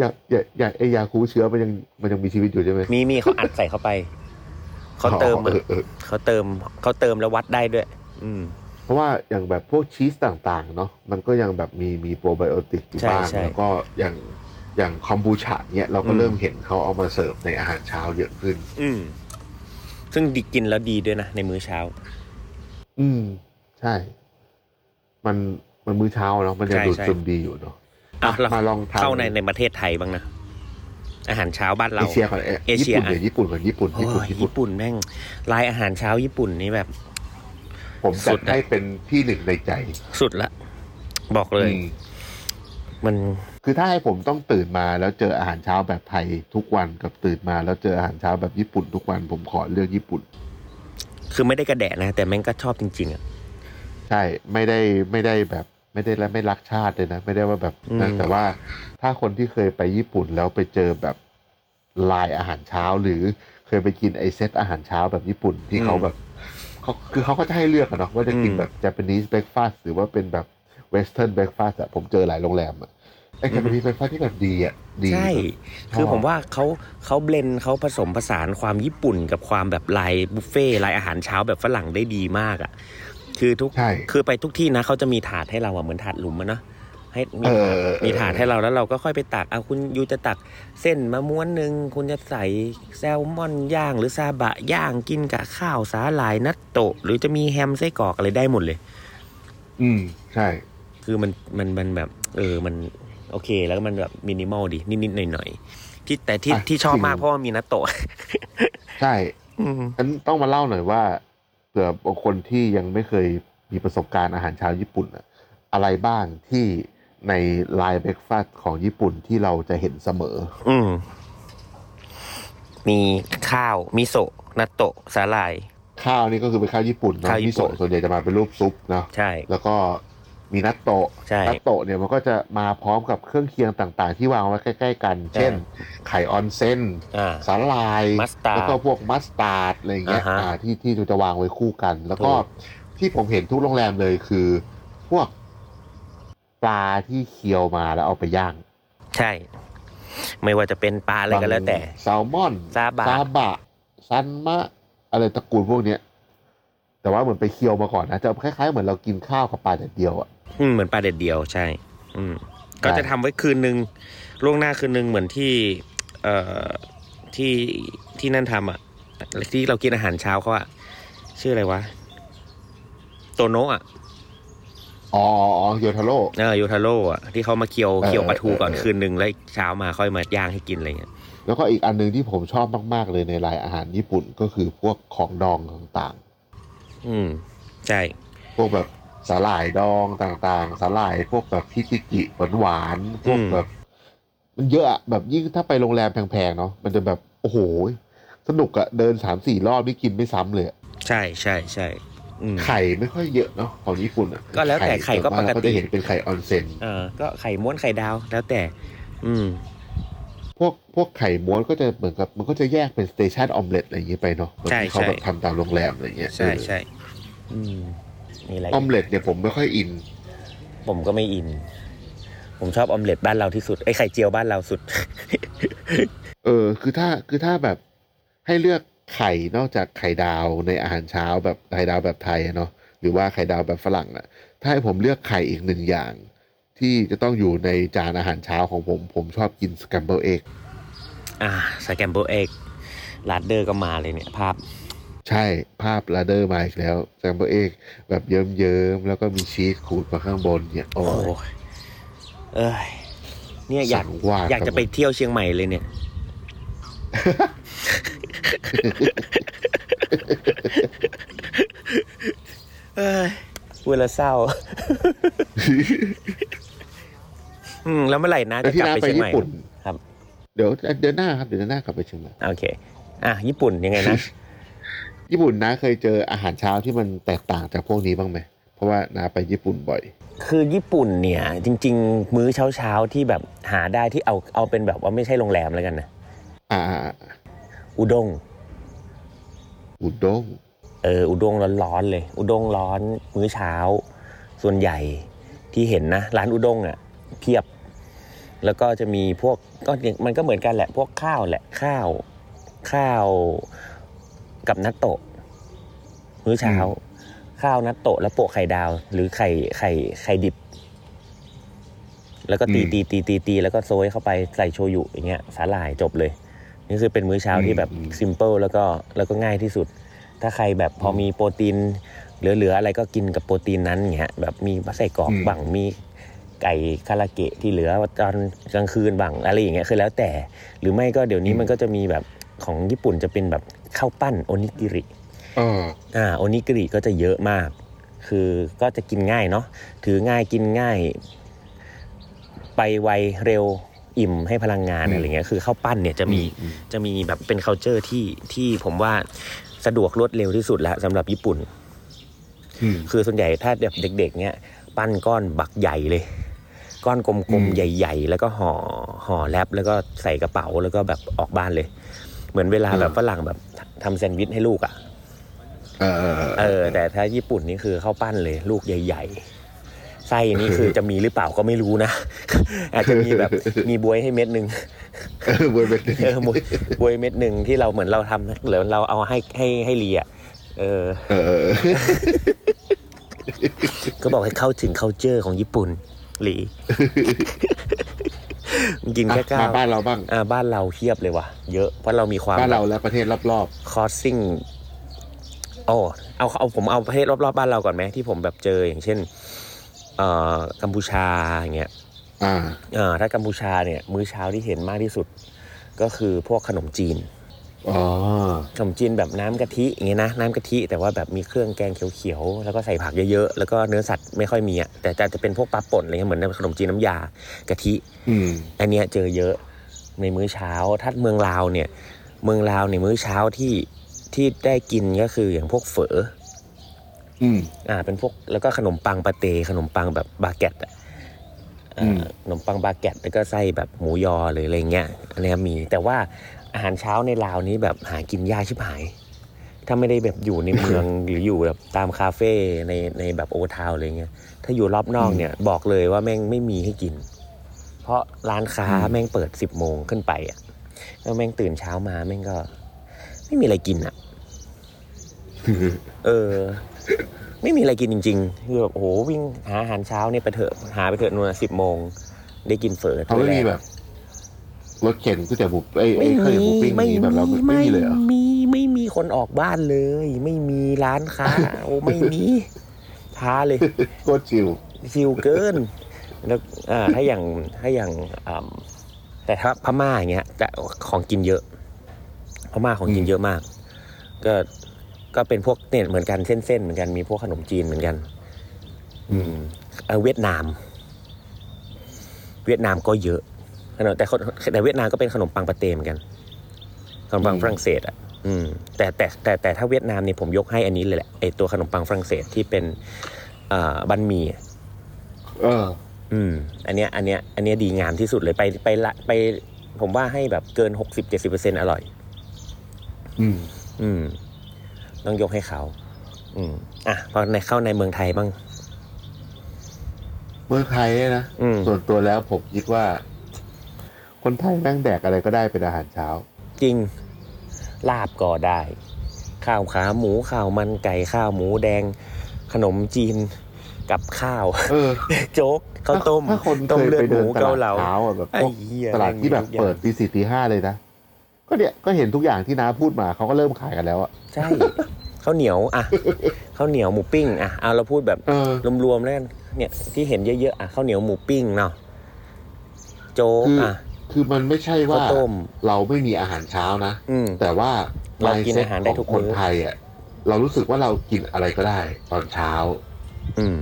S2: อยากอยากอยากไอยาคูเชื้อมันยังมันยังมีชีวิตอยู่ใช่ไหม
S4: มีมีเขาอัดใส่เข้าไปเขาเติม
S2: อ๋อ
S4: อะ
S2: เออเออ
S4: เขาเติมเขาเติมแล้ววัดได้ด้วย อืม
S2: เพราะว่าอย่างแบบพวกชีสต่างๆ เนาะมันก็ยังแบบมีมีโปรไบโอติกอยู่
S4: ใช่
S2: บ้าง
S4: ใช่
S2: แล้วก็อย่างอย่างคอมบูชาเนี่ยเราก็
S4: อืม
S2: เริ่มเห็นเขาเอามาเสิร์ฟในอาหารเช้าเยอะขึ้น
S4: อืม ซึ่งดีกินแล้วดีด้วยนะ ในมื้อเช้า
S2: อืม ใช่ มันมันมื้อเช้าเนาะมันยัง
S4: ใช่
S2: ดูด
S4: ใช่
S2: ซึมดีอยู่เนาะ
S4: อ่ะเรา
S2: มาลองทำ
S4: เข้าในในประเทศไทยบ้างนะ อาหารเช้าบ้านเรา
S2: เอเชียก่อนเอ
S4: เอเชี
S2: ญี่
S4: ย
S2: ปุ่นเนี่ยญี่ปุ่นก่อนญี่ปุ่น
S4: โอ้
S2: ญี่ปุ่นญี่ปุ่น
S4: ยญี่ปุ่นแม่งลายอาหารเช้าญี่ปุ่นนี่แบบ
S2: ผม
S4: สุ
S2: จัด
S4: ดอะ
S2: ให้เป็นที่หนึ่งในใจ
S4: สุดละ บอกเลย
S2: อืม
S4: มัน
S2: คือถ้าให้ผมต้องตื่นมาแล้วเจออาหารเช้าแบบไทยทุกวันกับตื่นมาแล้วเจออาหารเช้าแบบญี่ปุ่นทุกวันผมขอเลือกญี่ปุ่น
S4: คือไม่ได้กระแดะนะ แต่แม่งก็ชอบจริง ๆ อ่ะ
S2: ใช่ไม่ได้ไม่ได้แบบไม่ได้และไม่รักชาติเลยนะ ไม่ได้ว่าแบบนะ
S4: อืม
S2: แต่ว่าถ้าคนที่เคยไปญี่ปุ่นแล้วไปเจอแบบลายอาหารเช้า หรือเคยไปกินไอเซตอาหารเช้าแบบญี่ปุ่นที่เขาแบบเขาคือเขาก็จะให้เลือกอะเนาะว่าจะกินแบบ Japanese breakfast หรือว่าเป็นแบบ Western breakfast อะผมเจอหลายโรงแรมอะไอ Japanese breakfast ที่แบบดีอะดี
S4: ใช่ คือ
S2: ชอบ
S4: ผมว่าเขาเขาเบลนด์เขาผสมผสานความญี่ปุ่นกับความแบบลายบุฟเฟ่ต์ลายอาหารเช้าแบบฝรั่งได้ดีมากอ่ะ คือทุก
S2: ใช่
S4: คือไปทุกที่นะเขาจะมีถาดให้เราอะเหมือนถาดหลุมอะเนาะให้มี
S2: เออ
S4: ถา
S2: เออเอ
S4: ด
S2: อ
S4: มีถาดให้เราแล้วเราก็ค่อยไปตักเอาคุณยูจะตักเส้นมะม่วนหนึ่งคุณจะใส่แซลมอนย่าง หรือซาบะย่างกินกับข้าวสาหร่ายนัตโตะหรือจะมีแฮมไส้กรอกอะไรได้หมดเลย
S2: อืมใช่
S4: คือมันมันมันแบบ เออมันโอเค แล้วก็มันแบบมินิมอลดีนิดๆหน่อยๆที่แต่ที่
S2: อ่ะ
S4: ที่ชอบมาก
S2: จริง
S4: เพราะว่ามีนัตโตะ
S2: ใช่
S4: อืม
S2: งั้นต้องมาเล่าหน่อยว่าเผื่อบางคนที่ยังไม่เคยมีประสบการณ์อาหารเช้าญี่ปุ่นอะอะไรบ้างที่ในไลน์เบรกฟาสของญี่ปุ่นที่เราจะเห็นเสมอ
S4: อืมมีข้าวมิโซะนัตโตะสาหร่าย
S2: ข้าวนี่ก็คือเป็นข้าวญี่ปุ่นเนาะ
S4: ข้าวญี่
S2: มิ
S4: ปุ่น
S2: โซะส่วนใหญ่จะมาเป็นรูปซุปเนาะ
S4: ใช่
S2: แล้วก็มีนัตโตะ
S4: ใช่
S2: นัตโตะเนี่ยมันก็จะมาพร้อมกับเครื่องเคียงต่างๆ ที่วางไว้ใกล้ ๆ กัน เช่น ไข่ออนเซน
S4: อ่า
S2: สาลาย
S4: มัสตาร์ด
S2: แล้วก็พวกมัสตาร์ดอะไรอย่างเงี้ย
S4: อ่าฮะ
S2: อ่าที่ที่จะวางไว้คู่กัน แล้วก็
S4: ถูก
S2: ที่ผมเห็นทุกโรงแรมเลยคือ พวกปลาที่เคี่ยวมาแล้วเอาไปย่าง
S4: ใช่ ไม่ว่าจะเป็นปลาอะไรก็แล้วแต่
S2: บางแซลมอน
S4: ซาบะ
S2: ซาบะซันมะ อะไรตระกูลพวกเนี้ย แต่ว่าเหมือนไปเคี่ยวมาก่อนนะจะคล้ายๆเหมือนเรากินข้าวกับปลาแต่เดียวอะ
S4: อืมเหมือนปลาเด็ดเดียวใช่ อืม ก็จะทำไว้คืนหนึ่งล่วงหน้าคืนหนึ่งเหมือนที่ เอ่อที่ที่นั่นทำอ่ะ ที่เรากินอาหารเช้าเขาอ่ะ ชื่ออะไรวะ โตโนะอ่ะ
S2: อ๋ออ๋อโยทาโร่
S4: เออโยทาโร่อ่ะ ที่เขามาเคี่ยว
S2: เออ
S4: เคี่ยวปลาทูก่อน
S2: เออเออ
S4: คืนหนึ่งแล้วเช้ามาค่อยมาย่างให้กินอะไรเงี้ย
S2: แล้วก็อีกอันหนึงที่ผมชอบมากๆเลยในรายอาหารญี่ปุ่นก็คือพวกของดองต่างๆ
S4: อืม ใช่
S2: พวกแบบสาหร่ายดองต่างๆ สาหร่ายพวกแบบพิจิกิหวานหวานๆพวก
S4: อืม
S2: แบบ มันเยอะอะแบบยิ่งถ้าไปโรงแรมแพงๆเนาะมันจะแบบโอ้โหสนุกอะเดินสามสี่รอบนี่กินไม่ซ้ำเลยอะ
S4: ใช่ใช่ใช่อืม
S2: ไข่ไม่ค่อยเยอะเนาะของญี่ปุ่นอะ
S4: ก็แล้วแต่ไข่ก็
S2: ส่วนมา
S4: ปกติ
S2: เราจะเห็นเป็นไข่ออนเซ็น
S4: เออก็ไข่ม้วนไข่ดาวแล้วแต่ อืม
S2: พวกพวกไข่ม้วนก็จะเหมือนกับมันก็จะแยกเป็นสเตชันออมเล็ตอะไรอย่างเงี้ยไปเนาะเหมือน
S4: ใช่
S2: ที่เขา
S4: ใช่
S2: แบบทำตามโรงแรมอะไรอย่างเงี้ย
S4: ใช่
S2: เออ
S4: ใช่ อืมมีอะไร
S2: อ
S4: อี
S2: อก มเล็ตเนี่ยผมไม่ค่อยอิน
S4: ผมก็ไม่อิน ผมชอบออมเล็ตบ้านเราที่สุดไอ้ยไข่เจียวบ้านเราสุด
S2: เออคือถ้าคือถ้าแบบให้เลือกไข่นอกจากไข่ดาวในอาหารเช้าแบบไข่ดาวแบบไทยอะเนาะหรือว่าไข่ดาวแบบฝรั่งอะถ้าให้ผมเลือกไข่อีกหนึ่งอย่าง ที่จะต้องอยู่ในจานอาหารเช้าของผม ผมชอบกินสแคมเบิลเอ็ก
S4: อ่าสแกมเบิลเอ็กลาดเดอร์ก็มาเลยเนี่ย ภาพ
S2: ใช่ภาพลาเดอร์มาอีกแล้วสแคมเบิลเอ็กแบบเยิ้มๆ แล้วก็มีชีสขูดมาข้างบนเนี่ยโอ้
S4: โอ้โห
S2: ย
S4: เอ้ยเนี่ยอยาก
S2: สั่งว่า
S4: อยาก
S2: ครับ
S4: จะไปเที่ยวเชียงใหม่เลยเนี่ย พูดแล้วเศร้า อืมแล้วเมื่อไหร่นะ
S2: แล้
S4: จะ
S2: วที่
S4: กลับ
S2: น้า
S4: ไป
S2: ไป
S4: เชียง
S2: ญี่
S4: ใหม่
S2: ปุ่น
S4: ครับ
S2: เดี๋ยวเดือนหน้าครับเดือนหน้ากลับไปเชียงใหม่
S4: โอเค อ่ะญี่ปุ่นยังไงนะ
S2: ญี่ปุ่นน้าเคยเจออาหารเช้าที่มันแตกต่างจากพวกนี้บ้างไหม เพราะว่าน้าไปญี่ปุ่นบ่อย
S4: คือญี่ปุ่นเนี่ยจริง ๆ มื้อเช้าๆที่แบบหาได้ที่เอาเอาเป็นแบบว่าไม่ใช่โรงแรมแล้วกันนะ
S2: อ่า
S4: อุด้ง
S2: อุด้ง
S4: เอออุด้งร้อนๆเลย อุด้งร้อนมื้อเช้า ส่วนใหญ่ที่เห็นนะ ร้านอุด้งอ่ะเพียบ แล้วก็จะมีพวกก็มันก็เหมือนกันแหละ พวกข้าวแหละข้าว ข้าวกับนัตโตะ มื้อเช้า ข้าวนัตโตะแล้วโปะไข่ดาว หรือไข่ไข่ไข่ดิบ แล้วก็ตีตีตีตีตีแล้วก็โซยเข้าไปใส่โชยุอย่างเงี้ยสาหร่ายจบเลย นี่คือเป็นมื้อเช้าที่แบบซิมเ l ิลแล้วก็แล้วก็ง่ายที่สุด ถ้าใครแบบพอมีโปรตีน เหลือๆอะไรก็กินกับโปรตีนนั้นอย่างเงี้ยแบบมีไส้กรอกบ้างมีไก่คาราเกะที่เหลือตอนกลางคืนบ้างอะไรอย่างเงี้ยคือแล้วแต่ หรือไม่ก็เดี๋ยวนี้มันก็จะมีแบบของญี่ปุ่นจะเป็นแบบข้าวปั้นโอนิกิริ
S2: เออ
S4: อ่าโอนิกิริก็จะเยอะมาก คือก็จะกินง่ายเนาะ ถือง่ายกินง่าย ไปไวเร็วอิ่มให้พลังงาน
S2: อืม
S4: อะไรเงี้ย คือข้าวปั้นเนี่ยจะมี
S2: อืม
S4: จะมีแบบเป็น c u เจอร์ที่ที่ผมว่าสะดวกรวดเร็วที่สุดละสำหรับญี่ปุ่น
S2: อืม
S4: คือส่วนใหญ่ถ้าแบบเด็ก ๆ เนี่ยปั้นก้อนบักใหญ่เลย ก้อนก
S2: อื
S4: ล
S2: ม
S4: มๆ ใหญ่ ๆ แล้วก็ห่อห่อแรปแล้วก็ใส่กระเป๋าแล้วก็แบบออกบ้านเลย เหมือนเวลาแบบฝรั่งแบบทำแซนด์วิชให้ลูกอ่ะ
S2: เออ
S4: เออแต่ถ้าญี่ปุ่นนี่คือข้าวปั้นเลยลูกใหญ่ ๆ ไส้นี่คือ จะมีหรือเปล่าก็ไม่รู้นะ อาจจะมี แบบมีบวยให้เม็ดหนึ่ง
S2: เออเวอร์เบน
S4: เออบวยบวยเม็ดหนึ่งที่เราเหมือนเราทำหรือเราเอาให้ให้ให้เลียเออ
S2: เออ
S4: ก็บอกให้เข้าถึง culture ของญี่ปุ่นหลี กินแค่
S2: มา
S4: ก้าว
S2: บ้านเราบ้าง
S4: อ่าบ้านเราเทียบเลยว่ะ เยอะเพราะเรามีความ
S2: บ้านเราและประเทศรอบ
S4: crossing โอ้เอาเอาผมเอาประเทศรอบๆบ้านเราก่อนไหมที่ผมแบบเจออย่างเช่นเอ่อกัมพูชาอย่างเงี้ย
S2: ๆ อ่า
S4: เอ่อถ้ากัมพูชาเนี่ยมื้อเช้าที่เห็นมากที่สุด ก็คือพวกขนมจีน
S2: อ๋อ
S4: ขนมจีนแบบน้ำกะทิอย่างเงี้ยนะน้ำกะทิแต่ว่าแบบมีเครื่องแกงเขียวๆแล้วก็ใส่ผักเยอะๆแล้วก็เนื้อสัตว์ไม่ค่อยมีอ่ะแต่จะจะเป็นพวกปลาป่นอะไรเงี้ยเหมือนขนมจีนน้ำยากะทิ
S2: อืม
S4: อันเนี้ยเจอเยอะในมื้อเช้า ถ้าเมืองลาวเนี่ย เมืองลาวในยมื้อเช้าที่ที่ได้กินก็คืออย่างพวกเฝอ
S2: อืม
S4: อ่า เป็นพวกแล้วก็ขนมปังปาเต ขนมปังแบบบาเกตอ่ะ
S2: อื
S4: อ่า
S2: ม
S4: ขนมปังบาเกตแล้วก็ไส้แบบหมูยอหรืออะไรเงี้ยอันเนี้ยมี แต่ว่าอาหารเช้าในลาวนี้แบบหากินยากชิบหาย ถ้าไม่ได้แบบอยู่ในเมือง หรืออยู่แบบตามคาเฟ่ในในแบบโอทาวอะไรเงี้ย ถ้าอยู่รอบนอกเนี่ย บอกเลยว่าแม่งไม่มีให้กิน เพราะร้านค้าแม่งเปิดสิบโมงขึ้นไปอ่ะแล้วแม่งตื่นเช้ามาแม่งก็ ไม่มีอะไรกิน อ่ะ เออ ไม่มีอะไรกินจริงๆคือแบบโอ้โหวิ่งหาอาหารเช้าเนี่ยไปเถอะหาไปเถอะนู่นสิบโมง ได้กินเฝอ
S2: เขา
S4: ถ้ว
S2: ไม่
S4: ยรก
S2: มีแบบรถเข็นก๋วยเตี๋ยวบุฟเอ้ย
S4: ไม่
S2: เอ้ยเคยบุ
S4: มี
S2: ฟเฟ่ต์
S4: ไม่
S2: มี
S4: มี
S2: แบบเราไม่มีเลยเหรอ
S4: ไม่มีไม่มีคนออกบ้านเลย ไม่มีร้านค้า โอ้ไม่ มีท้าเลย
S2: โคตรชิว
S4: ชิลเกิน แล้วอ่าถ้าอย่างถ้าอย่างอ่ำแต่ถ้าพม่าอย่างเงี้ยจะของกินเยอะ พม่าของกินเยอะมาก ก็ก็เป็นพวกเนี่ยเหมือนกันเส้นๆเหมือนกันมีพวกขนมจีนเหมือนกัน อืมเอ่อเวียดนาม เวียดนามก็เยอะขนมแต่คนแต่เวียดนามก็เป็นขนมปังปาเตเหมือนกันขนมปั
S2: อื
S4: ง
S2: ม
S4: ฝรั่งเศสอ่ะ อืมแต่แต่แต่แต่ถ้าเวียดนามเนี่ยผมยกให้อันนี้เลยแหละไอตัวขนมปังฝรั่งเศสที่เป็นอ่าบันหมี่
S2: เออ
S4: อืม อันเนี้ย อันเนี้ย อันเนี้ยดีงามที่สุดเลยไปไปละไป ผมว่าให้แบบเกินหกสิบเจ็ดสิบเปอร์เซ็นอร่อย
S2: อืม
S4: อืม ต้องยกให้เขา อืม อ่ะ พอในเข้าในเมืองไทยบ้าง
S2: เมืองไทยเนี่ยนะ
S4: อืม
S2: ส่วนตัวแล้วผมคิดว่า คนไทยแม่งแดกอะไรก็ได้เป็นอาหารเช้า
S4: จริง ลาบก็ได้ ข้าวขาหมูข้าวมันไก่ข้าวหมูแดง ขนมจีนกับข้าว
S2: เออ
S4: โจ๊กข้าวต้ม
S2: ถ้าคน
S4: ต้
S2: เค
S4: ม
S2: ย
S4: เลือ
S2: ไป
S4: ดห
S2: เดิ
S4: มู
S2: นต
S4: เกา
S2: ลาด
S4: เหลา
S2: เช้าอะแบบ
S4: ไอ้
S2: พวก
S4: เหี้ย
S2: ตลาดที่แบบเปิดตีสี่ตีห้าเลยนะ ก็เนี่ยก็เห็นทุกอย่างที่น้าพูดมาเขาก็เริ่มขายกันแล้วอะ
S4: ใช่ข้าวเหนียว อ่ะข้าวเหนียวหมูปิ้ง อ่ะเอาเราพูดแบบ
S2: เออ
S4: รวมๆแล้วกันเนี่ยที่เห็นเยอะๆอ่ะข้าวเหนียวหมูปิ้งเนาะโจ๊ก
S2: คืออ
S4: อ่ะ
S2: คือมันไม่ใช่ว่า
S4: ข้าวต้ม
S2: เราไม่มีอาหารเช้านะ
S4: อืม
S2: แต่ว่า
S4: เรากินอาหารได้ทุก
S2: ข
S4: มื้
S2: อง
S4: อ
S2: คนไทยอะเรารู้สึกว่าเรากินอะไรก็ได้ ตอนเช้า
S4: อืม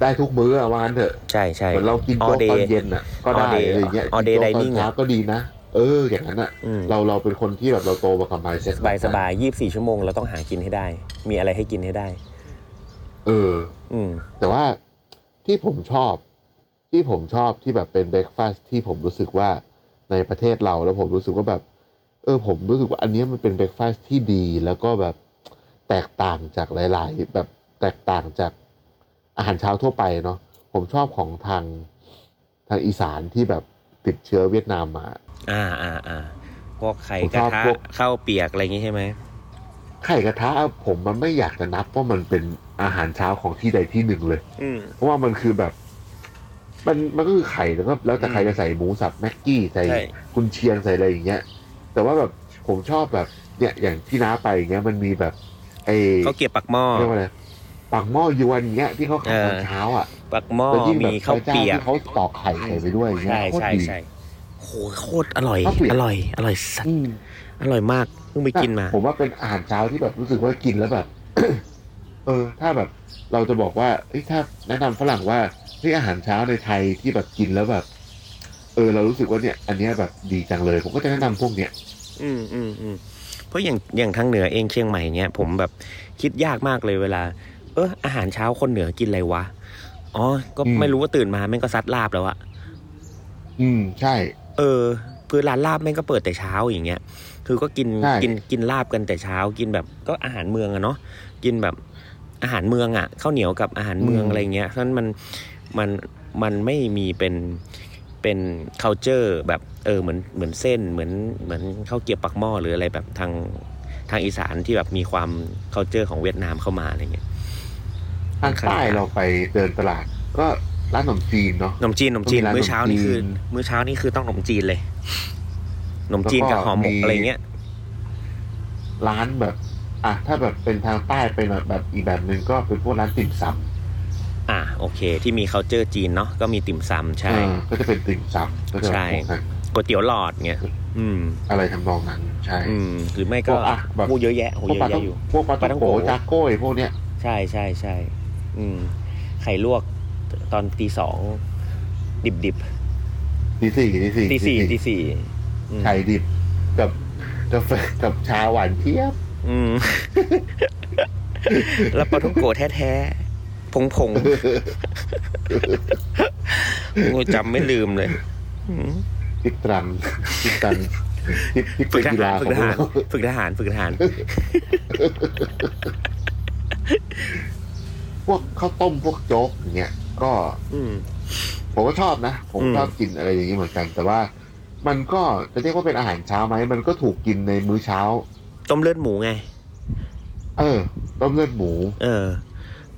S2: ได้ทุกมื้ออะวางันเถอะ
S4: ใช่ใช่
S2: เหมือนเรากินโจ๊ก
S4: All day
S2: ตอนเย็นอ่ะ ก็ได้
S4: All day
S2: อะไรอย่างเงี้ย
S4: All day
S2: กินโจ๊กตอน
S4: dining
S2: เช้า
S4: อะ
S2: ก็ดีนะ เออ อย่างนั้นอ่ะ
S4: อืม
S2: เราเราเป็นคนที่แบบเราโตมากับไมเซ็ต
S4: สบายสบายยี่บสี่ชั่วโมงเราต้องหากินให้ได้ มีอะไรให้กินให้ได้
S2: เออ
S4: อืม
S2: แต่ว่าที่ผมชอบ ที่ผมชอบที่แบบเป็นเบรกฟาสที่ผมรู้สึกว่าในประเทศเราแล้วผมรู้สึกว่าแบบ เออ ผมรู้สึกว่าอันเนี้ยมันเป็นเบรกฟาสที่ดี แล้วก็แบบแตกต่างจากหลาย ๆ แบบแตกต่างจากอาหารเช้าทั่วไปเนาะผมชอบของทางทางอีสานที่แบบติดเชื้อเวียดนามมา
S4: อ่าอ่าอ่าพวกไข่
S2: ผม
S4: กระ
S2: ชอบ
S4: ทะ
S2: พวก
S4: ข้าวเปียกอะไรอย่างงี้ใช่ไหม
S2: ไข่กระทะผมมันไม่อยากจะนับว่ามันเป็นอาหารเช้าของที่ใดที่หนึ่งเลย
S4: อืม
S2: เพราะว่ามันคือแบบ มันมันก็คือไข่แล้วก็แล้วแต่
S4: อืม
S2: ใครจะใส่หมูสับแม็กกี้ใส่
S4: ใช่
S2: กุนเชียงใส่อะไรอย่างเงี้ย แต่ว่าแบบผมชอบแบบเนี่ยอย่างที่น้าไปอย่างเงี้ยมันมีแบบไอ้
S4: ข้าวเกรี๊ยวปักหม้อ
S2: เรียกว่าอะไรปักหม้อยวนอย่างเงี้ยที่เขาขายตอน
S4: เออ
S2: เช้าอ่ะ
S4: ปักหม้อ
S2: แล้วยิ่งแบ
S4: มี
S2: บ
S4: ข้าวเปียก
S2: ที่เขาตอกไข่ใส่ไปด้วยอย่างเงี้ยโคตร
S4: ใช่ใช่
S2: ดี
S4: ใช่โหโคตรอร่อย
S2: ข้าวเปียก
S4: อร่อย อร่อยสัต
S2: อื
S4: ว์
S2: ม
S4: อร่อยมากเพิ่งไปกินมา
S2: ผมว่าเป็นอาหารเช้าที่แบบรู้สึกว่ากินแล้วแบบ เออ ถ้าแบบ เราจะบอกว่าเฮ้ยถ้าแนะนำฝรั่งว่าเฮ้ยอาหารเช้าในไทยที่แบบกินแล้วแบบ เออ เรารู้สึกว่าเนี่ย อันเนี้ยแบบดีจังเลย ผมก็จะแนะนำพวกเนี้ย
S4: อืมอืมอืมเพราะอย่างอย่างทางเหนือเองเชียงใหม่เนี้ยผมแบบคิดยากมากเลยเวลา เอออาหารเช้าคนเหนือกินอะไรวะอ๋อก็
S2: อืม
S4: ไม่รู้ว่าตื่นมาแม่งก็ซัดลาบแล้วอะ
S2: อืม ใช่
S4: เออคือร้านลาบแม่งก็เปิดแต่เช้าอย่างเงี้ย คือก็กิน
S2: ใช่
S4: กินกินลาบกันแต่เช้า กินแบบก็อาหารเมืองอะเนาะกินแบบอาหารเมืองอะข้าวเหนียวกับอาหารเมืองอะไรเงี้ยเพราะฉะนั้นมันมันมันไม่มีเป็นเป็น culture แบบเออเหมือนเหมือนเส้นเหมือนเหมือนข้าวเกรี๊ยวปักหม้อหรืออะไรแบบทางทางอีสานที่แบบมีความ culture ของเวียดนามเข้ามาอะไรเงี้ย
S2: ทางใต้
S4: ใช่
S2: เราไปเดินตลาด ก็ร้านขนมจีนเนาะ
S4: ขนมจีนขนมจีน
S2: ก็มีร้าน
S4: มื้อเช้านี่คือ
S2: ขนมจีน
S4: มื้อเช้านี่คือต้องขนมจีนเลยขนมจีนกับ
S2: แล้วก็
S4: ห่อหมก
S2: มี
S4: อะไรเงี้ย
S2: ร้านแบบ อ่ะถ้าแบบเป็นทางใต้ไปหน่อยแบบอีกแบบหนึ่งก็เป็นพวกร้านติ่มซำ
S4: อ่าโอเค ที่มี culture จีนเนาะก็มีติ่มซำใช่
S2: เออก็จะเป็นติ่มซำก็จะ
S4: ใช่
S2: แบบพวกนั้น
S4: ก๋วยเตี๋ยวหลอดเงี้ย อืม
S2: อะไรทำนองนั้น ใช่
S4: อืม หรือไม่ก็
S2: พวกอ่ะแบบ
S4: โอ้เยอะแยะโห
S2: พวก
S4: เย
S2: ปลา
S4: อะ
S2: ต้อง
S4: แยะอยู่
S2: พวกปลา
S4: ปลา
S2: ต้
S4: ท่
S2: อ
S4: องง
S2: โก
S4: โก
S2: จากโก้ยพวกเนี้ย
S4: ใช่ใช่ใช่อืม ไข่ลวกตอนตีสอง ดิบดิบ
S2: ตีสี่ตีสี่
S4: ตี สี่ตีสี่อืม
S2: ไข่ดิบกับกาแฟกับชาหวานเทียบ
S4: อืม แล้วปลาท่องโกะแท้ๆ ผงผ งๆโอ้จำไม่ลืมเลย อืม
S2: ทิปต รังทิปตรังทิปทิป
S4: ฝึก
S2: เป็น
S4: ท
S2: กีฬา
S4: หาร
S2: ข
S4: ฝึ
S2: อง
S4: กทหาร
S2: เรา
S4: ฝึกทหารฝึกทหาร
S2: พวกข้าวต้มพวกโจ๊กอย่างเงี้ยก็
S4: อืม
S2: ผมก็ชอบนะ ผม
S4: อืม
S2: ชอบกินอะไรอย่างนี้เหมือนกัน แต่ว่า มันก็จะเรียกว่าเป็นอาหารเช้าไหมมันก็ถูกกินในมื้อเช้า
S4: ต้มเลือดหมูไง
S2: เออ ต้มเลือดหมู
S4: เออ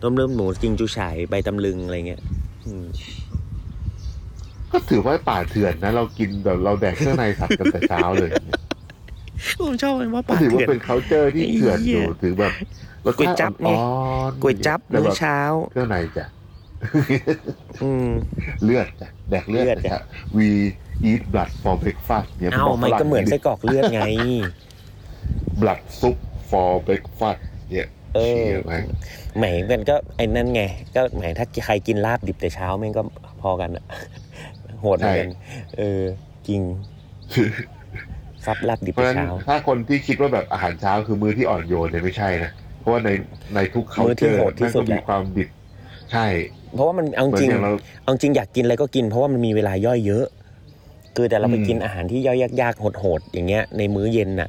S4: ต้มเลือดหมูจิงจูฉายใบตำลึงอะไรเงี้ยอืม
S2: ก็ถือว่าป่าเถื่อนนะ เรากินแบบเราแดกเครื่องในสัตว์กันแต่เช้าเลย
S4: ผมชอบมันว่า
S2: ก็
S4: ป่า
S2: ถือว่า
S4: เถื่อน
S2: เป็น c u เจอร์ที่เถื่อนอยู่
S4: ไอ้เหี้ย
S2: ถือแบบรส
S4: ก๋วย
S2: ชาติ
S4: จั๊บไง
S2: อ่อนๆ
S4: ก๋วยจั๊บ
S2: แต่แบ
S4: มื้อบ เช้า
S2: เครื่องในจ้ะ
S4: อืม
S2: เลือดจ้ะแดกเลือด
S4: เลือดจ้ะ
S2: จ้ะ we eat blood for breakfast เนี่ย
S4: เอ้ามันก็เหมือนไส้กรอกเลือดไง
S2: บลัดซุป for breakfast เนี่ย
S4: เออ
S2: เชี่ยไหม
S4: แหมมันก็ไอ้นั่นไง ก็แหมถ้าใครกินลาบดิบแต่เช้าแม่งก็พอกันอะโหดเหมือนกันเออจ ริงซับลาบดิบ
S2: เพราะ
S4: แต่
S2: ฉะนั้น
S4: เช้า
S2: ถ้าคนที่คิดว่าแบบอาหารเช้าคือมื้อที่อ่อนโยนเนี่ยไม่ใช่นะ เพราะว่าในในทุก
S4: มื้อที่
S2: culture
S4: โหดที่
S2: มัน
S4: สุ
S2: ก็
S4: ด
S2: มี
S4: แล้ว
S2: ความดิบใช่
S4: เพราะว่ามันเอา
S2: เหมือน
S4: จริง
S2: อย่างเรา
S4: เอาจริงอยากกินอะไรก็กินเพราะว่ามันมีเวลาย่อยเยอะ คือแต่เราไป
S2: อืม
S4: กินอาหารที่ย่อยยากๆโหดๆอย่างเงี้ยในมื้อเย็นน่ะ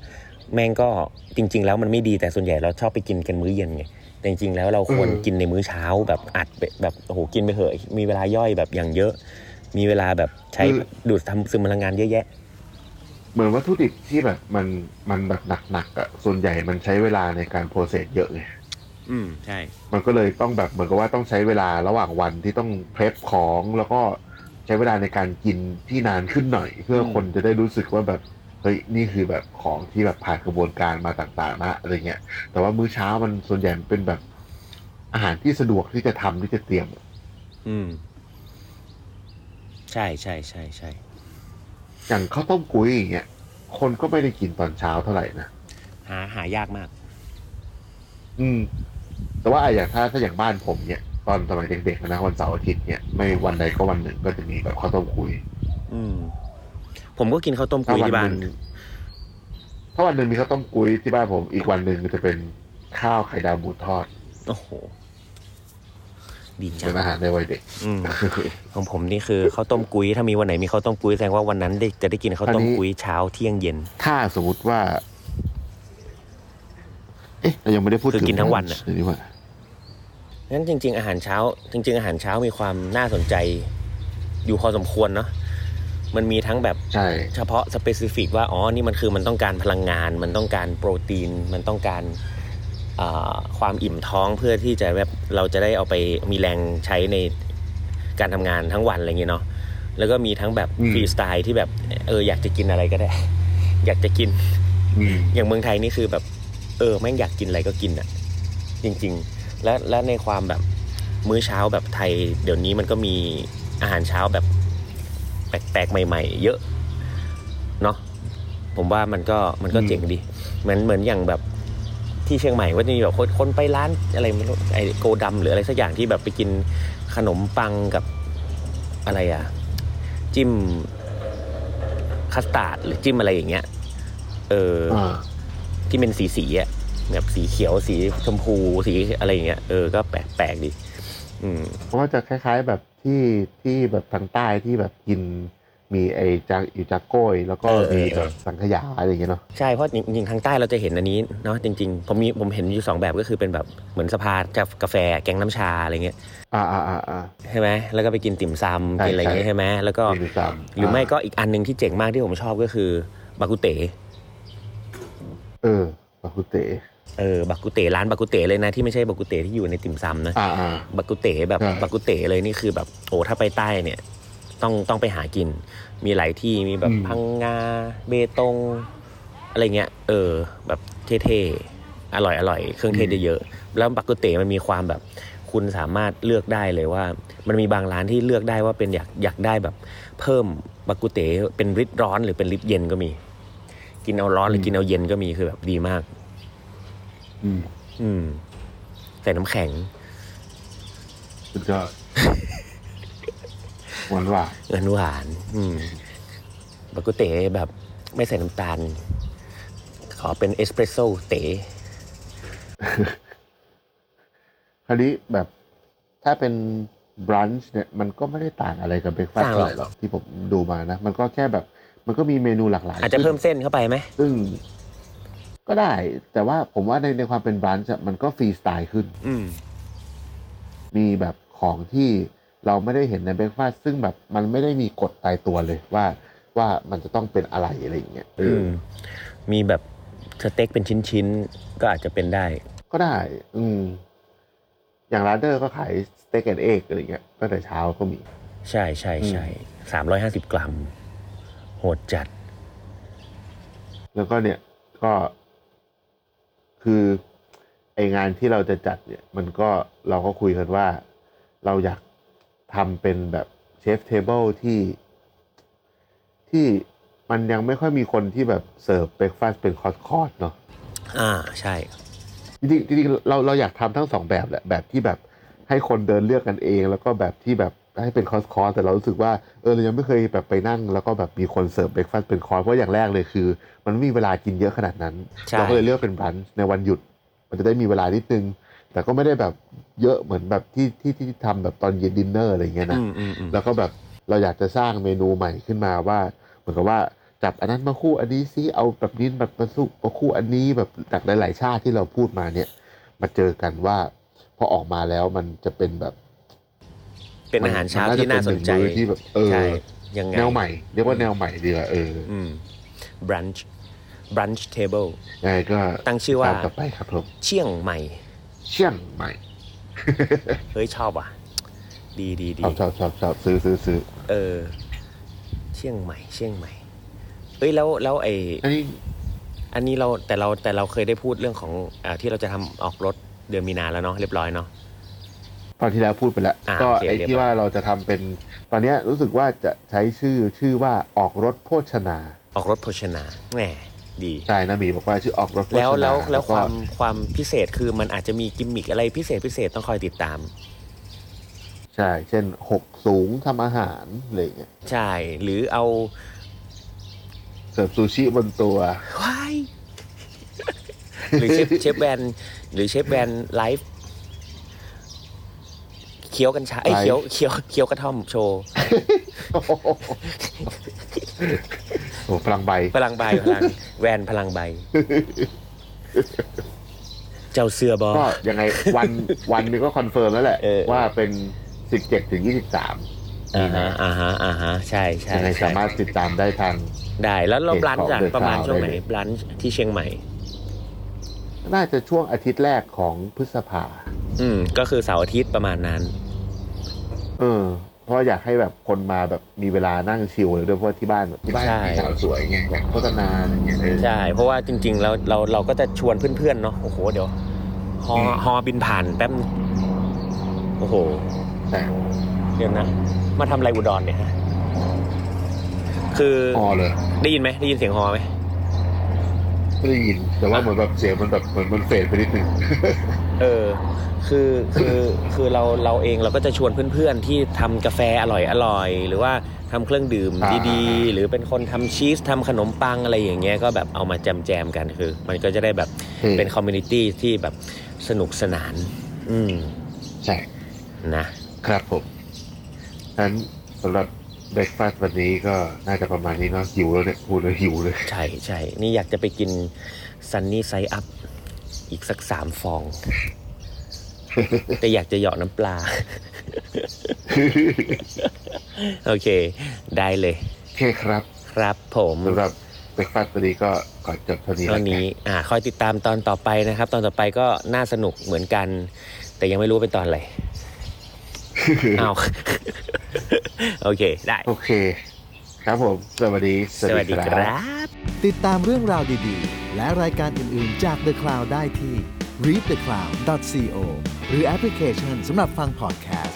S4: แม่งก็จริง ๆ แล้วมันไม่ดีแต่ส่วนใหญ่เราชอบไปกินกันมื้อเย็นไงแต่จริงๆแล้วเราควรกินในมื้อเช้าแบบอัดไปแบบโอ้โหกินไปเถอะมีเวลาย่อยแบบอย่างเยอะ มีเวลาแบบใช้ดูดทำซึมพลังงานเยอะแยะ
S2: เหมือนวัตถุดิบที่แบบมันมันแบบหนักๆอะส่วนใหญ่มันใช้เวลาในการโปรเซสเยอะไง
S4: อืมใช่
S2: มันก็เลยต้องแบบเหมือนกับว่าต้องใช้เวลาระหว่างวันที่ต้องเพลฟของแล้วก็ใช้เวลาในการกินที่นานขึ้นหน่อย เพื่อ
S4: ม
S2: คนจะได้รู้สึกว่าแบบเฮ้ยนี่คือแบบของที่แบบผ่านกระบวนการมาต่างๆ นะอะไรเงี้ย แต่ว่ามื้อเช้ามันส่วนใหญ่มันเป็นแบบอาหารที่สะดวกที่จะทำที่จะเตรียม
S4: อืม ใช่ใช่ใช่ใช่
S2: อย่างข้าวต้มกุ้ยอย่างเงี้ยคนก็ไม่ได้กินตอนเช้าเท่าไหร่นะ
S4: หาหายากมาก
S2: อืม แต่ว่าอะอย่างถ้าถ้าอย่างบ้านผมเนี่ย ตอนสมัยเด็กๆนะวันเสาร์อาทิตย์เนี่ยไม่วันใดก็วันหนึ่งก็จะมีแบบข้าวต้มคุย
S4: อืม ผมก็กินข้าวต้มกุยที่บ้าน
S2: เอาวันหนึ่ง ถ้าวันหนึ่งมีข้าวต้มกุยที่บ้านผมอีกวันหนึ่งจะเป็นข้าวไข่ดาวหมูทอด
S4: โอ้โห ดีจั
S2: เป็
S4: ง
S2: นอาหารในวัยเด็ก
S4: อื มของผมนี่คือข้าวต้มกุ้ยถ้ามีวันไหนมีข้าวต้มกุ้ยแสดงว่าวันนั้นได้จะได้กินข้าวต้
S2: อั
S4: ม
S2: นนี้
S4: กุ้ยเช้าเที่ยงเย็น
S2: ถ้าสมมติว่า เอ๊ะเรายังไม่ได้พูด
S4: คือ
S2: ถึง
S4: กินทั้งวันอะ
S2: เดี๋ยนี่ว่า
S4: งั้นจริง ๆ อาหารเช้า จริง ๆ อาหารเช้ามีความน่าสนใจ อยู่พอสมควรเนาะมันมีทั้งแบบ
S2: ใช่
S4: เฉพาะสเปซิฟิกว่า อ๋อ นี่มันคือมันต้องการพลังงาน มันต้องการโปรตีน มันต้องการอ่าความอิ่มท้องเพื่อที่จะแบบเราจะได้เอาไปมีแรงใช้ในการทำงานทั้งวันอะไรอย่างเงี้ยเนาะ แล้วก็มีทั้งแบบฟรีสไตล์ที่แบบเอออยากจะกินอะไรก็ได้ อยากจะกิน
S2: อืม
S4: อย่างเมืองไทยนี่คือแบบ เออแม่งอยากกินอะไรก็กินอะ่ะ จริง ๆ และและในความแบบมื้อเช้าแบบไทย เดี๋ยวนี้มันก็มีอาหารเช้าแบบ แปลกๆใหม่ ๆ เยอะเนาะผมว่ามันก็มันก็
S2: อืม
S4: เจ๋งดีเหมือนเหมือนอย่างแบบที่เชียงใหม่ว่าจะมีแบบคนคนไปร้านอะไรไม่รู้ไอโกดำหรืออะไรสักอย่างที่แบบไปกินขนมปังกับอะไรอะจิ้มคัสตาร์ดหรือจิ้มอะไรอย่างเงี้ยเออ
S2: อ่า
S4: ที่เป็นสีสีๆอะแบบสีเขียวสีชมพูสีอะไรอย่างเงี้ยเออก็แปลกแปลกๆดี อืม
S2: เพราะว่าจะคล้ายๆแบบที่ที่แบบทางใต้ที่แบบกินมีไอจากอิจากโก้ยแล้วก็
S4: เออเออ
S2: มี
S4: เออ
S2: แบบสังขยาอะไรอย่างเงี้ยเนาะ
S4: ใช่เพราะจริงๆทางใต้เราจะเห็นอันนี้เนาะจริงๆผมมีผมเห็นอยู่สองแบบก็คือเป็นแบบเหมือนสภากาแฟแกงน้ำชาอะไรเงี้ย
S2: อ่าอ่าอ่าอ่า
S4: ใช่ไหมแล้วก็ไปกินติ่มซ
S2: ใช่
S4: ำกินอะไรอย่างเงี้ย
S2: ใช่
S4: ใช่ไหมแล้วก็
S2: เมนูสาม
S4: หรือไม่
S2: า
S4: ก็อีกอันหนึ่งที่เจ๋งมากที่ผมชอบก็คือบากุเต
S2: เออบาคุเตะ
S4: เออบากุเตร้านบากุเตเลยนะที่ไม่ใช่บากุเตที่อยู่ในติ่มซำนะ
S2: อ่าอ่า
S4: บักกุเต๋แบบ
S2: ใช่
S4: บักกุเต๋เลยนี่คือแบบโอ้ถ้าไปใต้เนี่ย ต้องต้องไปหากิน มีหลายที่มีแบบพังงาเบตง อะไรเงี้ย เออ แบบเท่ๆอร่อยอร่อยเครื่องเทศเยอะๆแล้วบักกุเต๋มันมีความแบบ คุณสามารถเลือกได้เลยว่า มันมีบางร้านที่เลือกได้ว่าเป็นอยากอยากได้แบบเพิ่มบักกุเต๋เป็นริดร้อนหรือเป็นริดเย็นก็มี กินเอาร้อนหรือกินเอาเย็นก็มีคือแบบดีมาก
S2: อืม
S4: อืมใส่น้ำแข็ง
S2: สุดยอ ดหวานหวาน
S4: เงินหวานอืม บักกุเต๋แบบไม่ใส่น้ำตาล ขอเป็นเอสเปรสโซ่เต๋
S2: คราวนี้แบบถ้าเป็นบรันช์เนี่ยมันก็ไม่ได้ต่างอะไรกับเบรกฟาสต์เท่าไหร่หรอกที่ผมดูมานะ มันก็แค่แบบ มันก็มีเมนูหลากหลาย
S4: อาจจะ
S2: ขึ้น
S4: เพิ่มเส้นเข้าไปไหม
S2: ซึ่งก็ได้ แต่ว่าผมว่าในในความเป็นบรันช์อะมันก็ฟรีสไตล์ขึ้น
S4: อืม
S2: มีแบบของที่เราไม่ได้เห็นในเบรกฟาสต์ซึ่งแบบมันไม่ได้มีกฎตายตัวเลยว่าว่ามันจะต้องเป็นอะไรอะไรอย่างเงี้ยเอ
S4: อื
S2: อ
S4: ม มีแบบสเต็กเป็นชิ้นๆ ก็อาจจะเป็นได้
S2: ก็ได้ อืม อย่างร้านเดอร์ก็ขายสเต็กแอนเอ็กอะไรอย่างเงี้ยตั้งแต่เช้าก็มี
S4: ใช่ใช่ใช่สามร้อยห้าสิบกรัม โหดจัด
S2: แล้วก็เนี่ยก็คือไองานที่เราจะจัดเนี่ย มันก็เราก็คุยกันว่าเราอยากทำเป็นแบบเชฟเทเบิลที่ที่มันยังไม่ค่อยมีคนที่แบบเสิร์ฟเบรกฟาสต์เป็นคอร์สๆเนาะ
S4: อ่า ใช่
S2: จริงๆจริงๆเราเราอยากทำทั้งสองแบบแหละแบบที่แบบให้คนเดินเลือกกันเอง แล้วก็แบบที่แบบให้เป็นคอร์สคอร์สแต่เรารู้สึกว่าเออเรายังไม่เคยแบบไปนั่ง แล้วก็แบบมีคนเสิร์ฟเบรกฟาสต์เป็นคอร์สเพราะอย่างแรกเลยคือ มันไม่มีเวลากินเยอะขนาดนั้น
S4: ใช่
S2: เราก็เลยเลือกเป็นบรันช์ในวันหยุด มันจะได้มีเวลานิดนึง แต่ก็ไม่ได้แบบเยอะเหมือนแบบที่ที่ที่ทำแบบตอนเย็นดินเนอร์อะไรอย่างเงี้ยนะ
S4: อืมอืมอืม
S2: แล้วก็แบบเราอยากจะสร้างเมนูใหม่ขึ้นมาว่า เหมือนกับว่าจับอันนั้นมาคู่อันนี้ซิเอาแบบนี้แบบมาสู้มาคู่อันนี้แบบจากหลาย ๆ ชาติที่เราพูดมาเนี่ย มาเจอกันว่าพอออกมาแล้วมันจะเป็นแบบ
S4: เป็นอาหารเช้า
S2: มั
S4: ที่น่าสนใจ
S2: จะเป็มื้อที่แบบเออ
S4: ใช่ยังไง
S2: แนวใหม่เรียกว่าแนวใหม่ดีกว่าเออ
S4: อืม brunch brunch table
S2: ยังไงก็
S4: ตั้งชื่อว่า
S2: ตมต่อไปครับผม
S4: เชียงใหม่
S2: เชี่ยงใหม่
S4: เฮ้ยชอบว่ะ ดีดีดี
S2: ชอบชอบชอบชอบซื้อซื้อซื้อ
S4: เออ เชียงใหม่ เชียงใหม่ เอ้ยแล้วแล้วไอ
S2: อันนี้
S4: อันนี้เราแต่เราแต่เราเคยได้พูดเรื่องของอาที่เราจะทำออกรถเดือนมีนาแล้วเนาะเรียบร้อยเนาะ
S2: ตอนที่แล้วพูดไปแล้ว
S4: อ่า
S2: ก็
S4: โอเค
S2: ไอ้
S4: เรียบร้อย
S2: ที่ว่าเราจะทำเป็น ตอนเนี้ยรู้สึกว่าจะใช้ชื่อชื่อว่าออกรถโภชนา
S4: ออกรถโภชนาแหมดี
S2: ใช่นะหมีบอกว่าชื่อออกรถโฆษณา
S4: แล้วแล้วแล้ว
S2: ก็
S4: ความความพิเศษคือมันอาจจะมีกิมมิกอะไรพิเศษพิเศษต้องคอยติดตาม
S2: ใช่ เช่นหกสูงทำอาหารอะไรอย่างเงี้ย
S4: ใช่หรือเอา
S2: เสิร์ฟซูชิบนตัว
S4: ควาย หรือเชฟ เชฟแวนหรือเชฟแวนไลฟ์เคี้ยวกัญชาไอ้ย
S2: Live
S4: เคี้ยวเคี้ยวเคี้ยวกระท่อมโชว์
S2: โอ้โหโอ้โหพลังใบ
S4: พลังใบพลังแวนพลังใบ เจ้าเสือบอ
S2: ก็ยังไงวันวันนี้ก็คอนเฟิร์มแล้วแหละ
S4: เออ
S2: ว่าเป็นสิบเจ็ดถึงยี่สิบสาม
S4: อ่าฮะอ่าฮะอ่าฮะใช่ใช่
S2: ยังไง
S4: ใช่
S2: สามารถติดตามได้ทาง
S4: ได้แล้วเรา
S2: เห็น
S4: บลัน
S2: ของ
S4: จาก
S2: เดิน
S4: ประมาณ
S2: ทาง
S4: ช่วงไหน
S2: ได้เลย
S4: บลันที่เชียงใหม่
S2: น่าจะช่วงอาทิตย์แรกของพฤษภา
S4: อืม ก็คือเสาร์อาทิตย์ประมาณนั้น
S2: เออ เพราะอยากให้แบบคนมาแบบมีเวลานั่งชิลเลยด้วยเพราะว่าที่บ้านแบบที่บ้าน
S4: ใช่
S2: มีสาวสวยไงแบบโฆษณาอะไรอย่างเงี้ยเออ
S4: ใช่ เพราะว่าจริง ๆ เราเราเราก็จะชวนเพื่อนๆเนาะโอ้โห เดี๋ยวฮอ
S2: อืม
S4: ฮอบินผ่านแป๊บนึงโอ้โห
S2: แต่
S4: เดี๋ยวนะ มาทำอะไรอุดรเนี่ยฮะคือ
S2: พอเลย
S4: ได้ยินไหมได้ยินเสียงฮอไหม
S2: ไม่ได้ยิน แต่ว่าเหมือนแบบเสียงมันแบบเหมือนมันเฟดไปนิดนึง
S4: เออ คือคือคือเราเราเองเราก็จะชวนเพื่อนๆที่ทำกาแฟอร่อยอร่อยหรือว่าทำเครื่องดื่ม
S2: อ่า
S4: ดีๆ หรือเป็นคนทำชีสทำขนมปังอะไรอย่างเงี้ยก็แบบเอามาแจมๆกันคือ มันก็จะได้แบบเป็นคอมมูนิตี้ที่แบบสนุกสนาน อืม
S2: ใช่
S4: นะครับ
S2: ผมนั้นสำหรับเบรกฟาสต์วันนี้ก็น่าจะประมาณนี้เนาะหิวแล้วเนี่ยพูดแล้วหิวเลย
S4: ใช่ใช่นี่อยากจะไปกินซันนี่ไซอัพอีกสักสามฟอง แต่อยากจะเหยาะน้ำปลา โอเค ได้เลย
S2: โอเคครับ
S4: ครับผม
S2: สำหรับเบรกฟาสต์วันนี้ก็ขอจบเท่านี้
S4: ตอ
S2: แล้
S4: น
S2: วกั
S4: นี้
S2: น
S4: อ่าคอยติดตามตอนต่อไปนะครับ ตอนต่อไปก็น่าสนุกเหมือนกัน แต่ยังไม่รู้ว่าเป็นตอน อะไร เอาว โอเค ได้
S2: โอเค ครับผมสวัสดี
S4: สวัสดีครับ
S1: ติดตามเรื่องราวดีๆ และรายการอื่นๆจาก The Cloud ได้ที่ readthecloud.co หรือแอปพลิเคชันสำหรับฟัง podcast